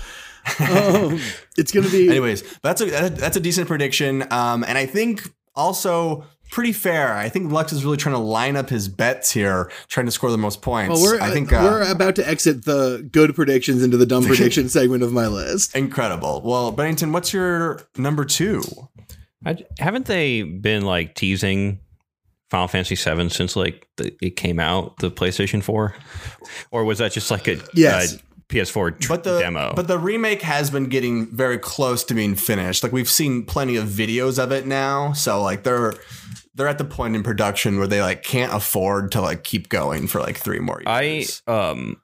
S2: Um, it's going to be
S3: Anyways, that's a that- that's a decent prediction, um, and I think also pretty fair. I think Lux is really trying to line up his bets here, trying to score the most points.
S2: Well, we're
S3: I think
S2: we're
S3: uh,
S2: about to exit the good predictions into the dumb prediction segment of my list.
S3: incredible. Well, Bennington, what's your number two?
S4: I, haven't they been like teasing Final Fantasy VII since like the, it came out the PlayStation Four, or was that just like a
S2: Yes.
S4: uh, PS4 tr-
S3: But the
S4: demo?
S3: but the remake has been getting very close to being finished. Like we've seen plenty of videos of it now, so like they're they're at the point in production where they like can't afford to like keep going for like three more
S4: I
S3: years.
S4: um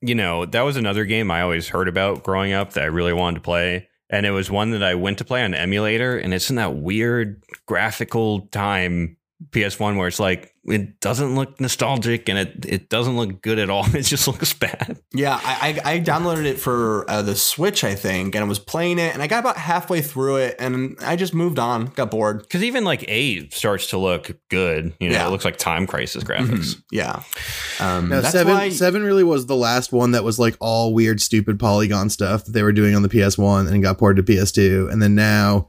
S4: you know, that was another game I always heard about growing up that I really wanted to play. And it was one that I went to play on emulator, and it's in that weird graphical time PS1 where it's like it doesn't look nostalgic and it it doesn't look good at all. It just looks bad.
S3: Yeah, I, I I downloaded it for uh, the Switch, I think, and I was playing it, and I got about halfway through it, and I just moved on, got bored.
S4: Because even like A starts to look good. You know,
S3: Yeah.
S4: it looks like time crisis graphics.
S3: Yeah, um,
S2: Now
S3: that's
S2: seven
S3: why.
S2: seven really was the last one that was like all weird, stupid polygon stuff that they were doing on the PS One and got ported to PS Two, and then now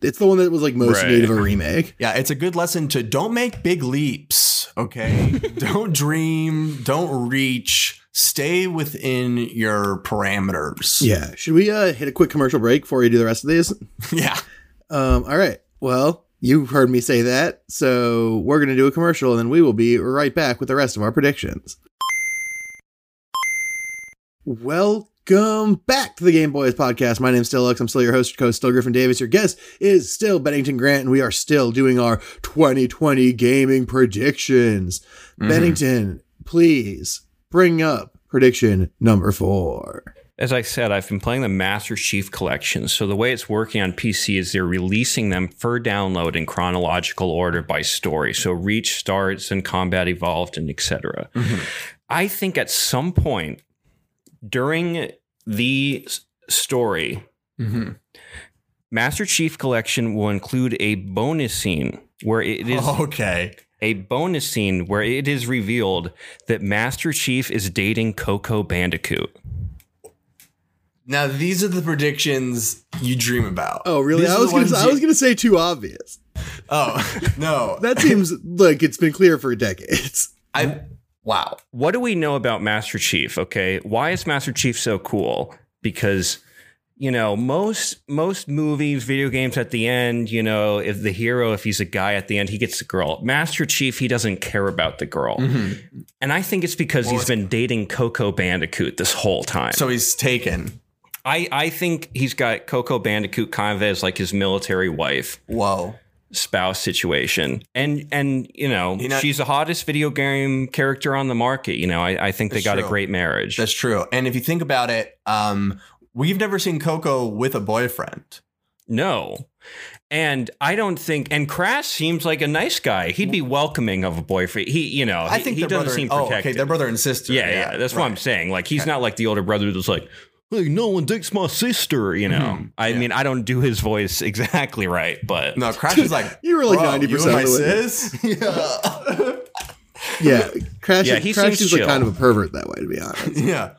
S2: it's the one that was like most in
S4: Right.
S2: need of a remake.
S3: Yeah, it's a good lesson to don't make big leaps. Okay, don't dream, don't reach, stay within your parameters.
S2: Yeah, should we uh, hit a quick commercial break before we do the rest of these?
S3: yeah.
S2: Um, all right. Well, you heard me say that, so we're gonna do a commercial, and then we will be right back with the rest of our predictions. Welcome back to the Game Boys podcast. My name's still Lux. I'm still your host, co-host, still Griffin Davis. Your guest is still Bennington Grant, and we are still doing our 2020 gaming predictions. Bennington, please bring up prediction number four.
S4: as I said, I've been playing the Master Chief Collection. So the way it's working on PC is they're releasing them for download in chronological order by story. So Reach starts and Combat Evolved and etc. I think at some point
S3: Mm-hmm.
S4: during the s- story,
S3: Mhm.
S4: Master Chief Collection will include a bonus scene where it is
S3: Oh. okay.
S4: a bonus scene where it is revealed that Master Chief is dating Coco Bandicoot.
S3: Now these are the predictions you dream about.
S2: Oh, really?
S3: These
S2: I
S3: are
S2: was
S3: the
S2: gonna,
S3: ones
S2: I
S3: you-
S2: was gonna say too obvious.
S3: Oh no,
S2: That seems like it's been clear for decades.
S3: I. Wow.
S4: What do we know about Master Chief? Okay, why is Master Chief so cool? Because you know most most movies, video games at the end, you know, if the hero, if he's a guy at the end, he gets the girl. Master Chief, he doesn't care about the girl,
S3: Mm-hmm.
S4: and I think it's because
S3: Well,
S4: he's been dating Coco Bandicoot this whole time.
S3: So he's taken.
S4: I, I think he's got Coco Bandicoot kind of as like his military wife
S3: Whoa.
S4: spouse situation. And and you know,
S3: You know-
S4: she's the hottest video game character on the market. You know, I, I think they
S3: That's
S4: got a
S3: true.
S4: great marriage.
S3: That's true. And if you think about it, um, we've never seen Coco with a boyfriend.
S4: no. And I don't think and Crass seems like a nice guy. He'd be welcoming of a boyfriend. He you know,
S3: I
S4: he-
S3: think
S4: he
S3: their
S4: doesn't
S3: brother.
S4: seem
S3: And, oh,
S4: protected.
S3: okay, their brother and sister.
S4: yeah, yeah, that's what I'm saying. Like he's not like the older brother that's like, hey, no one dates my sister, you know. I
S3: Yeah.
S4: mean, I don't do his voice exactly right, but
S3: No, Crash is like
S2: You were like 90%
S3: "Bro, you and my
S2: of the way."
S3: sis. Yeah.
S2: Yeah, Crash.
S4: Yeah, he
S2: Crash
S4: seems
S2: is like
S4: chill.
S2: kind of a pervert that way, to be honest.
S3: yeah.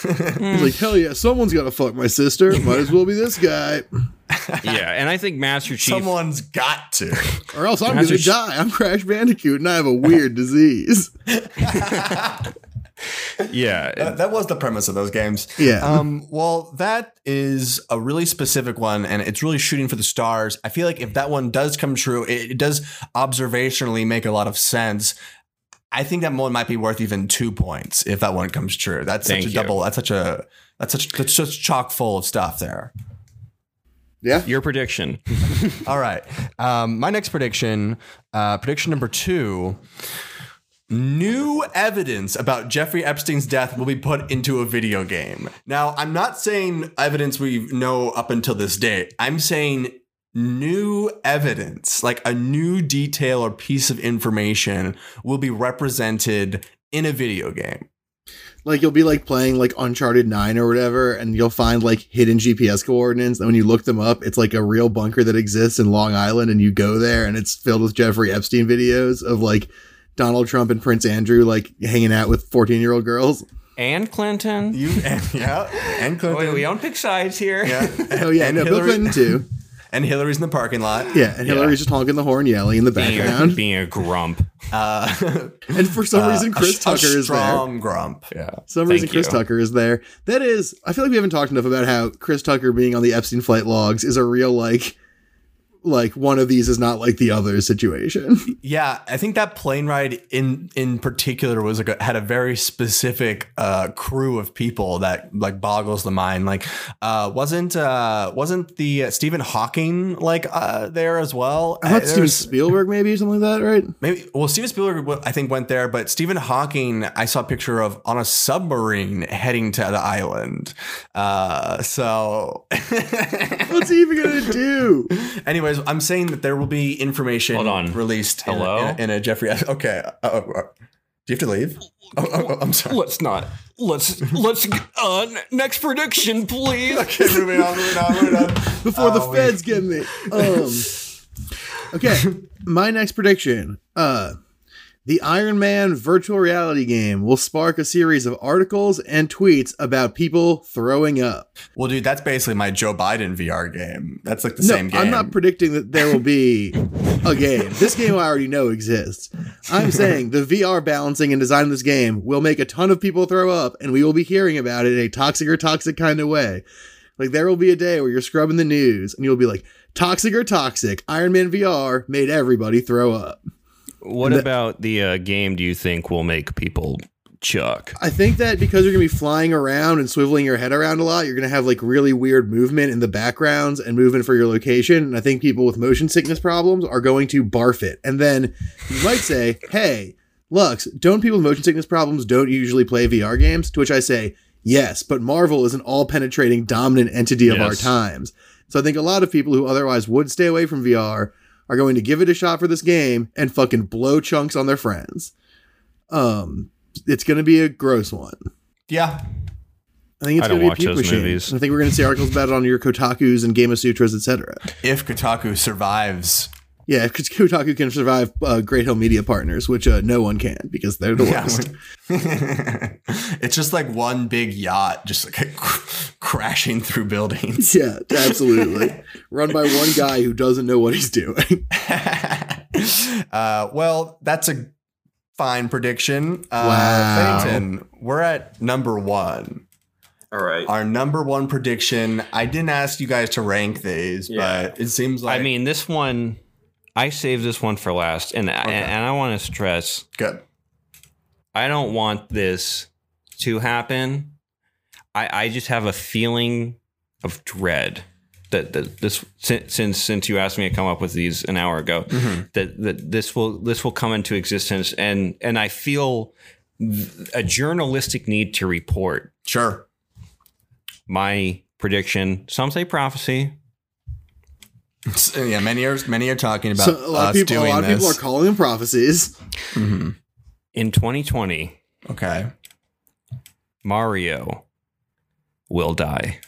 S2: He's like, hell yeah, someone's gonna fuck my sister. Might as well be this guy,
S4: yeah, and I think Master Chief
S3: Someone's got to.
S2: or else I'm
S4: Master
S2: gonna
S4: Ch-
S2: die. I'm Crash Bandicoot, and I have a weird disease.
S4: Yeah.
S3: That, that was the premise of those games.
S2: Yeah.
S3: Um, well, that is a really specific one, and it's really shooting for the stars. I feel like if that one does come true, it, it does observationally make a lot of sense. I think that one might be worth even two points if that one comes true. That's
S4: Thank
S3: such a
S4: you.
S3: double. That's such a that's such that's just chock full of stuff there.
S2: yeah.
S4: Your prediction.
S3: All right. Um, my next prediction, uh, prediction number two. New evidence about Jeffrey Epstein's death will be put into a video game. Now, I'm not saying evidence we know up until this date. I'm saying new evidence, like a new detail or piece of information, will be represented in a video game.
S2: Like you'll be like playing like Uncharted Nine or whatever, and you'll find like hidden GPS coordinates. And when you look them up, it's like a real bunker that exists in Long Island, and you go there, and it's filled with Jeffrey Epstein videos of like Donald Trump and Prince Andrew like hanging out with fourteen year old girls.
S4: And Clinton.
S3: You and Oh, yeah, and Clinton.
S4: Wait, we don't pick sides here.
S3: yeah,
S2: Oh yeah, no, Bill
S3: Hillary-
S2: Clinton too.
S3: and Hillary's in the parking lot.
S2: Yeah, and Hillary's just honking the horn, yelling in the
S4: Being a,
S2: background.
S4: being a grump.
S3: Uh,
S2: And for some reason,
S3: a-
S2: Chris
S3: a
S2: Tucker is there.
S3: strong grump. Yeah.
S2: some
S4: Thank
S2: reason Chris
S4: you.
S2: Tucker is there. That is, I feel like we haven't talked enough about how Chris Tucker being on the Epstein flight logs is a real like, like one of these is not like the other situation.
S3: Yeah, I think that plane ride in in particular was like a, had a very specific uh, crew of people that like boggles the mind. Like, uh, wasn't uh, wasn't the uh, Stephen Hawking like uh, there as well?
S2: I thought
S3: Uh,
S2: Steven
S3: there's-
S2: Spielberg maybe something like that, right?
S3: Maybe well, Steven Spielberg w- I think went there, but Stephen Hawking I saw a picture of on a submarine heading to the island. Uh, so,
S2: What's he even gonna do?
S3: anyways, I'm saying that there will be information
S4: Hold on.
S3: released. in a-
S4: Hello?
S3: in a, in a Jeffrey. Okay, Uh, oh, uh, do you have to leave? Oh, oh, oh, I'm sorry.
S4: Let's not. Let's let's uh n- next prediction, please.
S3: Okay, moving on, moving on, moving on.
S2: Before
S3: Oh,
S2: the
S3: we-
S2: feds get me. Um, okay, my next prediction. Uh, the Iron Man virtual reality game will spark a series of articles and tweets about people throwing up.
S3: Well, dude, that's basically my Joe Biden VR game. That's like the
S2: no,
S3: same game.
S2: I'm not predicting that there will be a game. This game I already know exists. I'm saying the VR balancing and design of this game will make a ton of people throw up, and we will be hearing about it in a toxic or toxic kind of way. Like there will be a day where you're scrubbing the news and you'll be like, toxic or toxic, Iron Man VR made everybody throw up.
S4: What about the uh, game? Do you think will make people chuck?
S2: I think that because you're gonna be flying around and swiveling your head around a lot, you're gonna have like really weird movement in the backgrounds and movement for your location. And I think people with motion sickness problems are going to barf it. And then you might say, "Hey, Lux, don't people with motion sickness problems don't usually play VR games?" To which I say, "Yes, but Marvel is an all-penetrating dominant entity of our
S4: Yes.
S2: times." So I think a lot of people who otherwise would stay away from VR are going to give it a shot for this game and fucking blow chunks on their friends. Um, it's going to be a gross one.
S3: Yeah.
S2: I think it's going
S4: I don't
S2: to be a
S4: watch
S2: puke
S4: those
S2: machine.
S4: movies.
S2: I think we're going to see articles about it on your Kotaku's and Game of Sutras, etc.
S3: If Kotaku survives,
S2: Yeah, because Kotaku can survive uh, Great Hill Media Partners, which uh, no one can because they're the
S3: Yeah,
S2: worst.
S3: we're- it's just like one big yacht just like cr- crashing through buildings.
S2: Yeah, absolutely. Run by one guy who doesn't know what he's doing.
S3: uh, well, that's a fine prediction. Uh,
S2: Wow.
S3: Fenton, we're at number one.
S4: All right.
S3: Our number one prediction. I didn't ask you guys to rank these,
S4: Yeah.
S3: but it seems like
S4: I mean, this one, I saved this one for last, and I,
S3: Okay.
S4: and I want to stress,
S3: good.
S4: I don't want this to happen. I I just have a feeling of dread that, that this since since since you asked me to come up with these an hour ago that that this will this will come into existence, and and I feel a journalistic need to report
S3: Sure.
S4: my prediction. Some say prophecy.
S3: S- yeah, many are many are talking about
S2: So a lot of
S3: us
S2: people, a
S3: doing
S2: lot of
S3: this.
S2: people are calling them prophecies.
S3: Mhm.
S4: In 2020,
S3: Okay.
S4: Mario will die.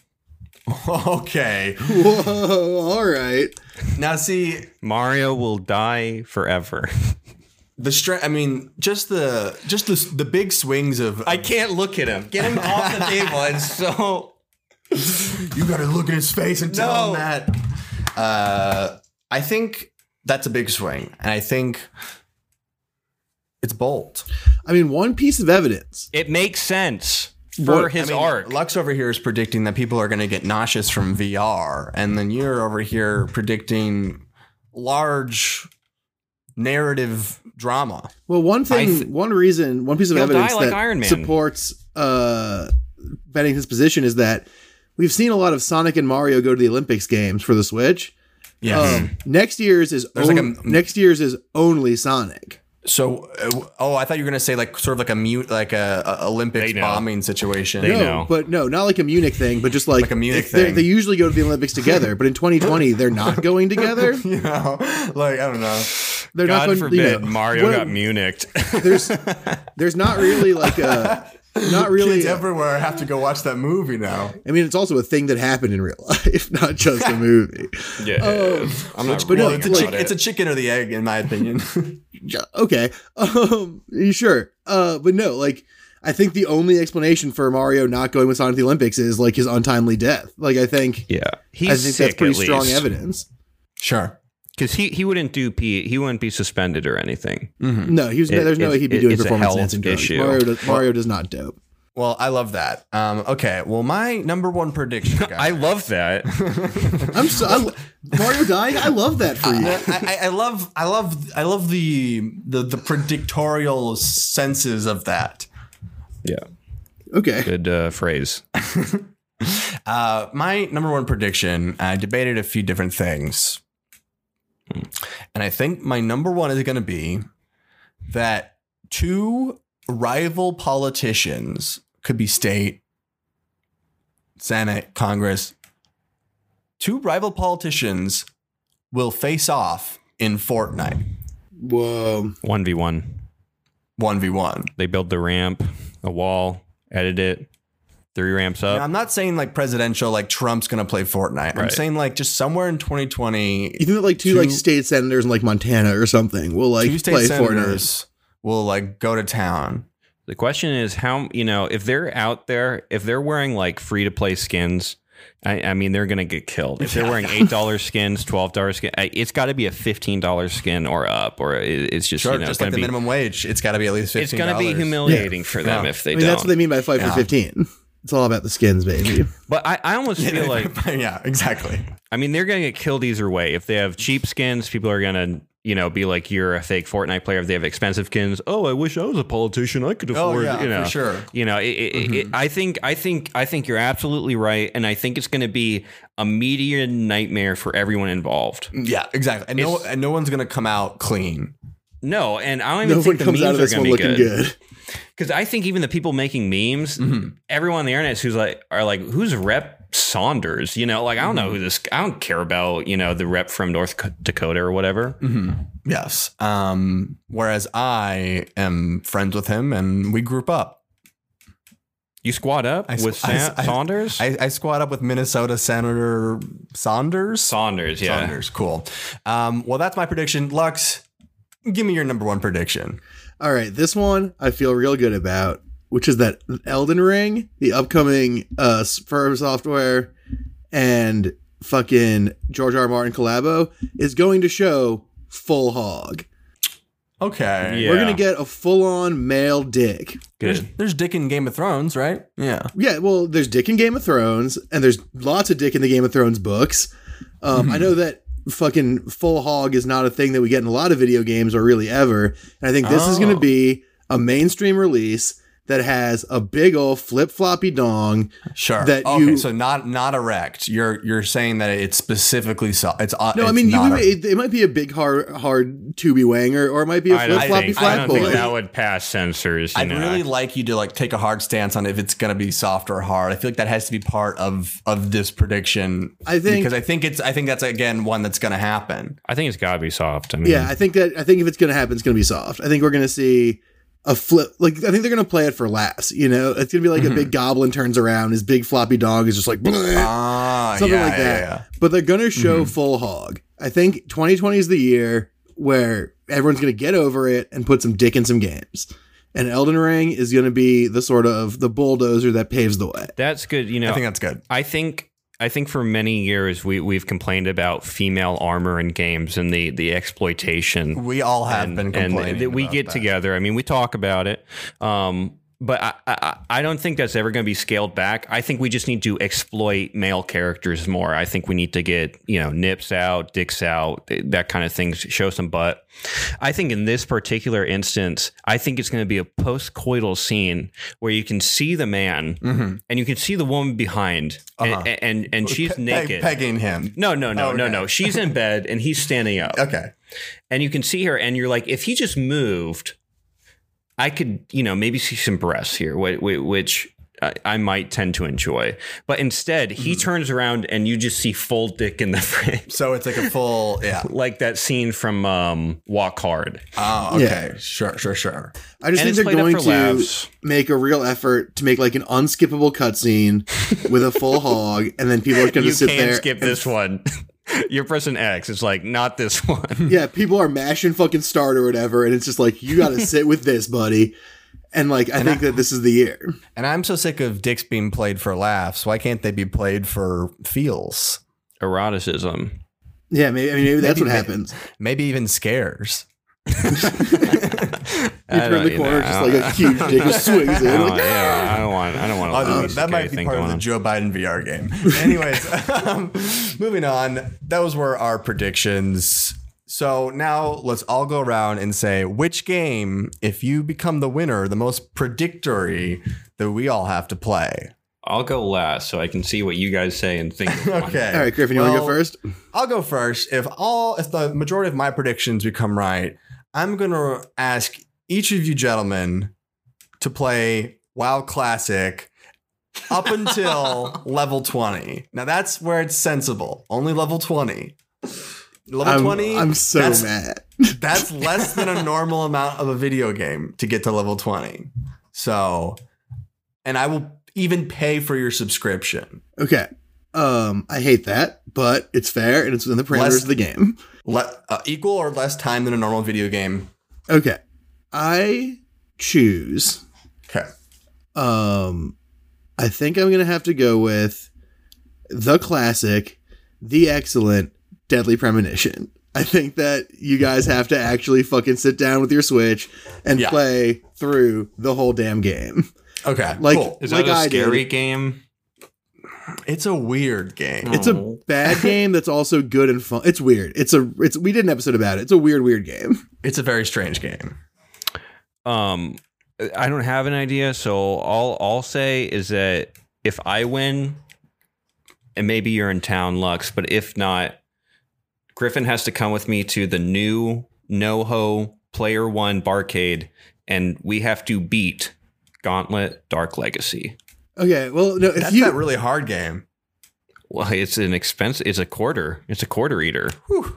S3: Okay.
S2: Whoa! All right.
S3: Now, see,
S4: Mario will die forever.
S3: the strength. I mean, just the just the the big swings of.
S4: I can't look at him. Get him off the table. And so
S3: you got to look at his face and
S4: No.
S3: tell him that. Uh, I think that's a big swing, and I think it's bold.
S2: I mean, one piece of evidence.
S4: it makes sense
S2: What?
S4: for
S2: I
S4: his
S3: I mean,
S4: arc.
S3: Lux over here is predicting that people are going to get nauseous from VR, and then you're over here predicting large narrative drama.
S2: Well, one thing,
S4: I th-
S2: one reason, one piece of
S4: He'll die
S2: evidence
S4: like
S2: that
S4: Iron Man.
S2: supports uh, Bennington's position is that we've seen a lot of Sonic and Mario go to the Olympics games for the Switch.
S4: Mm.
S2: Um, next year's is
S3: There's like
S2: on-
S3: a-
S2: next year's is only Sonic.
S3: So, uh, w- oh, I thought you were gonna say like sort of like a mute, like a, a Olympics
S4: They know.
S3: bombing situation.
S4: They
S2: no,
S4: know.
S2: but no, not like a Munich thing, but just like,
S3: Like a Munich
S2: they-
S3: thing.
S2: They usually go to the Olympics together, but in 2020 they're not going together.
S3: you know, like I don't know.
S2: They're not
S4: God
S2: going.
S4: forbid
S2: you know,
S4: Mario
S2: what-
S4: got Munich.
S2: There's there's not really like a not really.
S3: Kids everywhere have to go watch that movie now.
S2: I mean, it's also a thing that happened in real life, not just a movie.
S4: yeah.
S2: Um,
S4: I'm not
S2: but no,
S4: reading
S3: It's a,
S4: about
S2: like-
S3: chick-
S4: it.
S3: it's a chicken or the egg, in my opinion.
S2: Yeah, okay. Um, sure. Uh, but no, like, I think the only explanation for Mario not going with Sonic to the Olympics is like his untimely death. Like, I think
S4: yeah. He's
S2: I think
S4: sick
S2: that's pretty strong
S4: least.
S2: evidence.
S3: sure.
S4: Because he, he wouldn't do P he wouldn't be suspended or anything.
S2: No, he was.
S4: Mm-hmm. It-
S2: there's no
S4: it-
S2: way he'd be
S4: it-
S2: doing
S4: it's a
S2: performance
S4: health
S2: enhancing drugs.
S4: issue.
S2: Mario, does, Mario does not dope.
S3: Well, I love that. Um, okay. Well, my number one prediction. guys-
S4: I love that.
S2: I'm so I, Mario dying. I love that for you.
S3: I, I- I love I love I love the the the predictorial senses of that.
S4: yeah.
S2: Okay.
S4: Good uh, phrase.
S3: Uh, my number one prediction, I debated a few different things. And I think my number one is going to be that two rival politicians could be state, Senate, Congress. Two rival politicians will face off in Fortnite
S2: Whoa.
S4: One v one.
S3: 1v1.
S4: They build the ramp, a wall, edit it, three ramps
S3: Now,
S4: up.
S3: I'm not saying like presidential, like Trump's going to play Fortnite. I'm
S4: Right.
S3: saying like just somewhere in 2020,
S2: You think that like two,
S3: Two-
S2: like state senators in like Montana or something will like
S3: two
S2: play
S3: state senators will like go to town.
S4: The question is how you know if they're out there, if they're wearing like free to play skins. I, I mean, they're gonna get killed if they're wearing eight dollars skins, twelve dollars skin. I- It's got to be a fifteen dollars skin or up, or it, it's just
S3: Sure,
S4: you know, it's
S3: just like
S4: gonna
S3: the
S4: be
S3: minimum wage, it's got to be at least
S4: it's
S3: fifteen.
S4: gonna be humiliating for them
S3: Yeah.
S4: if they
S2: I mean,
S4: don't.
S2: that's what they mean by five
S3: Yeah.
S2: for fifteen. It's all about the skins, baby.
S4: but I, I almost feel like
S3: yeah, exactly.
S4: I mean they're gonna get killed either way. If they have cheap skins, people are gonna you know be like you're a fake Fortnite player. If they have expensive skins, oh I wish I was a politician, I could
S3: Oh
S4: afford
S3: yeah,
S4: you know
S3: for sure.
S4: you know it, it, it-
S2: Mm-hmm.
S4: it, i think i think i think you're absolutely right and i think it's going to be a media nightmare for everyone involved
S3: Yeah, exactly. And no, and no one's gonna come out clean.
S4: no and i don't even
S2: no one
S4: think the
S2: comes
S4: memes
S2: out of
S4: are
S2: this
S4: going
S2: one
S4: to be
S2: looking
S4: good
S2: good. Mm-hmm.
S4: because i think even the people making memes everyone on the internet who's like are like who's rep saunders you know like i don't
S2: Mm-hmm.
S4: know who this i don't care about you know the rep from north Co- dakota or whatever
S2: Mm-hmm.
S3: Yes. Um. Whereas I am friends with him, and we group up.
S4: You squat up
S3: I
S4: with
S3: squ- I-
S4: Sa-
S3: I-
S4: Saunders.
S3: I, I squat up with Minnesota Senator Saunders.
S4: Saunders, yeah.
S3: Saunders, cool. Um, well, that's my prediction. Lux, give me your number one prediction.
S2: All right, this one I feel real good about, which is that Elden Ring, the upcoming uh Firm Software and fucking George R. R. Martin collabo is going to show full hog.
S3: Okay.
S4: Yeah.
S2: We're going to get a full-on male dick.
S3: There's, there's Dick in Game of Thrones, right? Yeah.
S2: Yeah, well, there's dick in Game of Thrones, and there's lots of dick in the Game of Thrones books. Um,
S4: Hmm.
S2: I know that fucking full hog is not a thing that we get in a lot of video games or really ever. And I think this is going
S3: Oh.
S2: to be a mainstream release that has a big old flip floppy dong.
S3: Sure.
S2: That
S3: okay.
S2: you-
S3: so not not erect. You're you're saying that it's specifically so it's
S2: No, I mean, you would, it, it might be a big hard hard tubey wanger, or it might be a
S4: I
S2: flip
S4: don't,
S2: floppy
S4: think, I
S2: flat
S4: don't think
S2: boy.
S4: that would pass censors. you
S3: I'd
S4: know.
S3: really like you to like take a hard stance on if it's gonna be soft or hard. I feel like that has to be part of of this prediction.
S2: I think-
S3: because I think it's I think that's again one that's gonna happen.
S4: I think it's got to be soft. I mean,
S2: Yeah, I think that I think if it's going to happen, it's going to be soft. I think we're going to see a flip. Like I think they're going to play it for laughs. You know, it's going to be like a
S4: Mm-hmm.
S2: big goblin turns around, his big floppy dog is just like "Bleh," Uh,
S3: Ah,
S2: something
S3: yeah,
S2: like
S3: yeah,
S2: that.
S3: yeah.
S2: But they're going to show
S4: Mm-hmm.
S2: full hog. I think 2020 is the year where everyone's going to get over it and put some dick in some games. And Elden Ring is going to be the sort of the bulldozer that paves the way.
S4: that's good. You know,
S3: I think that's good.
S4: I think I think for many years we we've complained about female armor in games and the the exploitation.
S3: We all have
S4: and,
S3: been
S4: and
S3: complaining.
S4: that we
S3: about
S4: get
S3: that.
S4: together. I mean, we talk about it. Um, but I, I, I don't think that's ever going to be scaled back. I think we just need to exploit male characters more. I think we need to get you know nips out, dicks out, that kind of thing. Show some butt. I think in this particular instance, I think it's going to be a post-coital scene where you can see the man
S3: Mhm.
S4: and you can see the woman behind,
S3: Uh-huh.
S4: and, and and she's
S3: Pe-
S4: naked.
S3: pegging him.
S4: No, no, no,
S3: Oh,
S4: no,
S3: okay.
S4: no. She's in bed and he's standing up
S3: Okay.
S4: and you can see her and you're like if he just moved i could you know maybe see some breasts here whi- whi- which I- I might tend to enjoy, but instead he
S2: Mm-hmm.
S4: turns around and you just see full dick in the frame,
S3: So it's like a full yeah.
S4: like that scene from um, Walk Hard.
S3: Oh, okay. Sure, sure, sure.
S2: I just
S4: And it's
S2: think they're
S4: played up
S2: going
S4: for
S2: to
S4: laughs.
S2: make a real effort to make like an unskippable cutscene with a full hog, and then people are going to
S4: You
S2: sit
S4: can't
S2: there.
S4: skip this one. You're pressing X. It's like not this one.
S2: Yeah, people are mashing fucking start or whatever, and it's just like you got to sit with this, buddy. And like, I think that this is the year.
S3: And I'm so sick of dicks being played for laughs. Why can't they be played for feels?
S4: Eroticism.
S2: Yeah, maybe I mean maybe that's
S3: Maybe-
S2: what happens.
S3: Maybe even scares.
S2: You turn the corner, just like a huge dick just swings in.
S4: Oh,
S2: Like,
S4: yeah, I don't want. I don't want
S3: Oh,
S4: to.
S3: that- that might be part of the Joe Biden VR game. Anyways, um, moving on. Those were our predictions. So now let's all go around and say which game, if you become the winner, the most predictory that we all have to play.
S4: I'll go last so I can see what you guys say and think. of one.
S3: Okay.
S2: all right, Griffin, you want to
S3: Well,
S2: go first?
S3: I'll go first. If all if the majority of my predictions become right, I'm gonna ask each of you gentlemen to play WoW Classic up until level 20. Now that's where it's sensible. Only level 20. Level
S2: I'm,
S3: 20.
S2: I'm so
S3: that's,
S2: mad.
S3: That's less than a normal amount of a video game to get to level 20. So, and I will even pay for your subscription.
S2: Okay, um, I hate that, but it's fair and it's within the parameters
S3: Less-
S2: of the game.
S3: Le- uh, equal or less time than a normal video game.
S2: Okay, I choose.
S3: Okay.
S2: Um, I think I'm gonna have to go with the classic, the excellent Deadly Premonition. I think that you guys have to actually fucking sit down with your Switch and
S3: Yeah.
S2: play through the whole damn game.
S3: Okay.
S2: Like,
S3: cool.
S4: Is
S2: like
S4: that a
S2: I did.
S4: scary game?
S3: It's a weird game.
S2: It's a bad game that's also good and fun. It's weird. It's a it's we did an episode about it. It's a weird, weird game.
S3: It's a very strange game.
S4: Um, I don't have an idea, so all I'll say is that if I win, and maybe you're in town, Lux, but if not, Griffin has to come with me to the new NoHo Player One Barcade, and we have to beat Gauntlet Dark Legacy.
S2: Okay, well no, if
S3: That's
S2: you
S3: that really hard game.
S4: Well, it's an expense. It's a quarter. It's a quarter eater.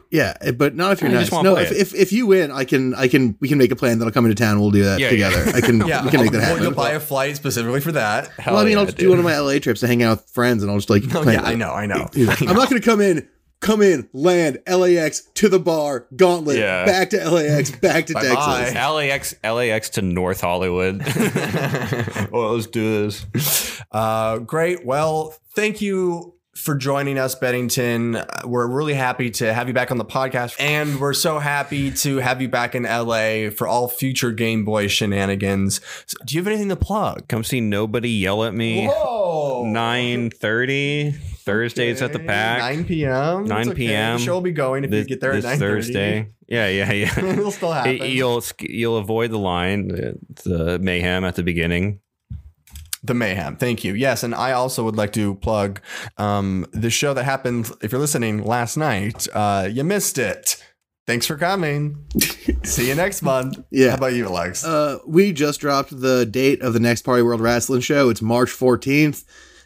S2: Yeah, eh, but not if you're
S4: I
S2: nice.
S4: just wanna
S2: No,
S4: play
S2: if,
S4: it.
S2: if if you win, I can I can we can make a plan that I'll come into town. We'll do that
S4: Yeah, yeah.
S2: together. I can
S3: Yeah,
S2: we can make that
S3: I'll-
S2: happen.
S3: You'll buy a flight specifically for that.
S4: Hell
S2: well, I mean, I'll
S4: yeah,
S2: just
S4: dude.
S2: do one of my LA trips and hang out with friends, and I'll just like.
S3: Oh,
S2: plan
S3: yeah,
S2: it.
S3: I know, I know.
S2: I'm not going to come in. Come in, land, LAX to the bar, gauntlet,
S4: Yeah.
S2: back to LAX, back to Texas.
S3: Bye-bye.
S4: LAX, LAX to North Hollywood. well, let's do this.
S3: Uh, great. Well, thank you for joining us, Bennington. Uh, We're really happy to have you back on the podcast, and we're so happy to have you back in LA for all future Game Boy shenanigans. So, do you have anything to plug?
S4: Come see nobody yell at me.
S3: Whoa!
S4: 9:30 Thursdays at the
S3: Okay,
S4: pack.
S3: 9 p.m.
S4: 9
S3: It's okay.
S4: p.m.
S3: The show will be going if
S4: This,
S3: you get there
S4: this
S3: at 9
S4: Thursday. Yeah, yeah, yeah.
S3: It'll still happen.
S4: It- you'll sk- you'll avoid the line, the, the mayhem at the beginning.
S3: the mayhem thank you yes and i also would like to plug um, the show that happened if you're listening last night uh, you missed it thanks for coming see you next month
S2: Yeah.
S3: how about you alex
S2: Uh, we just dropped the date of the next Party World Wrestling show. It's March 14th.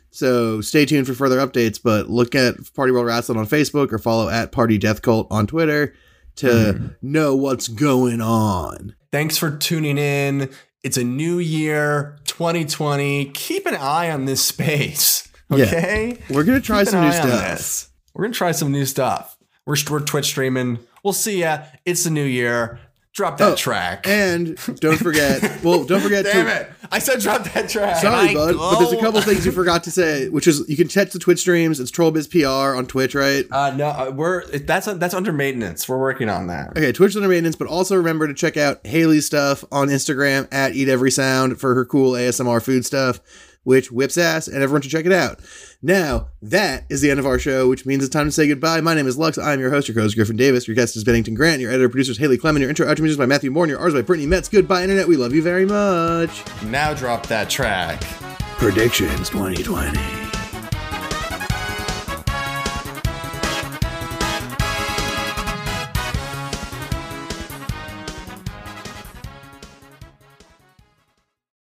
S2: So stay tuned for further updates, but look at Party World Wrestling on Facebook or follow at Party Death Cult on Twitter to
S3: Hmm.
S2: know what's going on.
S3: thanks for tuning in it's a new year 2020 keep an eye on this space
S2: Yeah.
S3: okay
S2: We're going to try
S3: Keep an
S2: some new
S3: eye on
S2: stuff.
S3: this. We're gonna try some new stuff. We're, we're Twitch streaming. We'll see ya. It's the new year. Drop that
S2: Oh,
S3: track.
S2: And don't forget, well, don't forget
S3: Damn
S2: to.
S3: it! I said drop that track.
S2: Sorry,
S4: I
S2: bud, but there's a
S4: go?
S2: couple things you forgot to say, which is you can catch the Twitch streams. It's Trollbiz PR on Twitch, right?
S3: Uh, no, uh, we're that's that's under maintenance. We're working on that.
S2: Okay, Twitch under maintenance, but also remember to check out Haley's stuff on Instagram at Eat Every Sound for her cool ASMR food stuff, which whips ass, and everyone should check it out. Now, that is the end of our show, which means it's time to say goodbye. My name is Lux. I'm your host, your co-host, Griffin Davis. Your guest is Bennington Grant. Your editor, producer is Haley Clement. Your intro, outro music is by Matthew Moore. and Your ours by Brittany Metz. Goodbye, Internet. We love you very much.
S3: Now drop that track.
S2: Predictions 2020.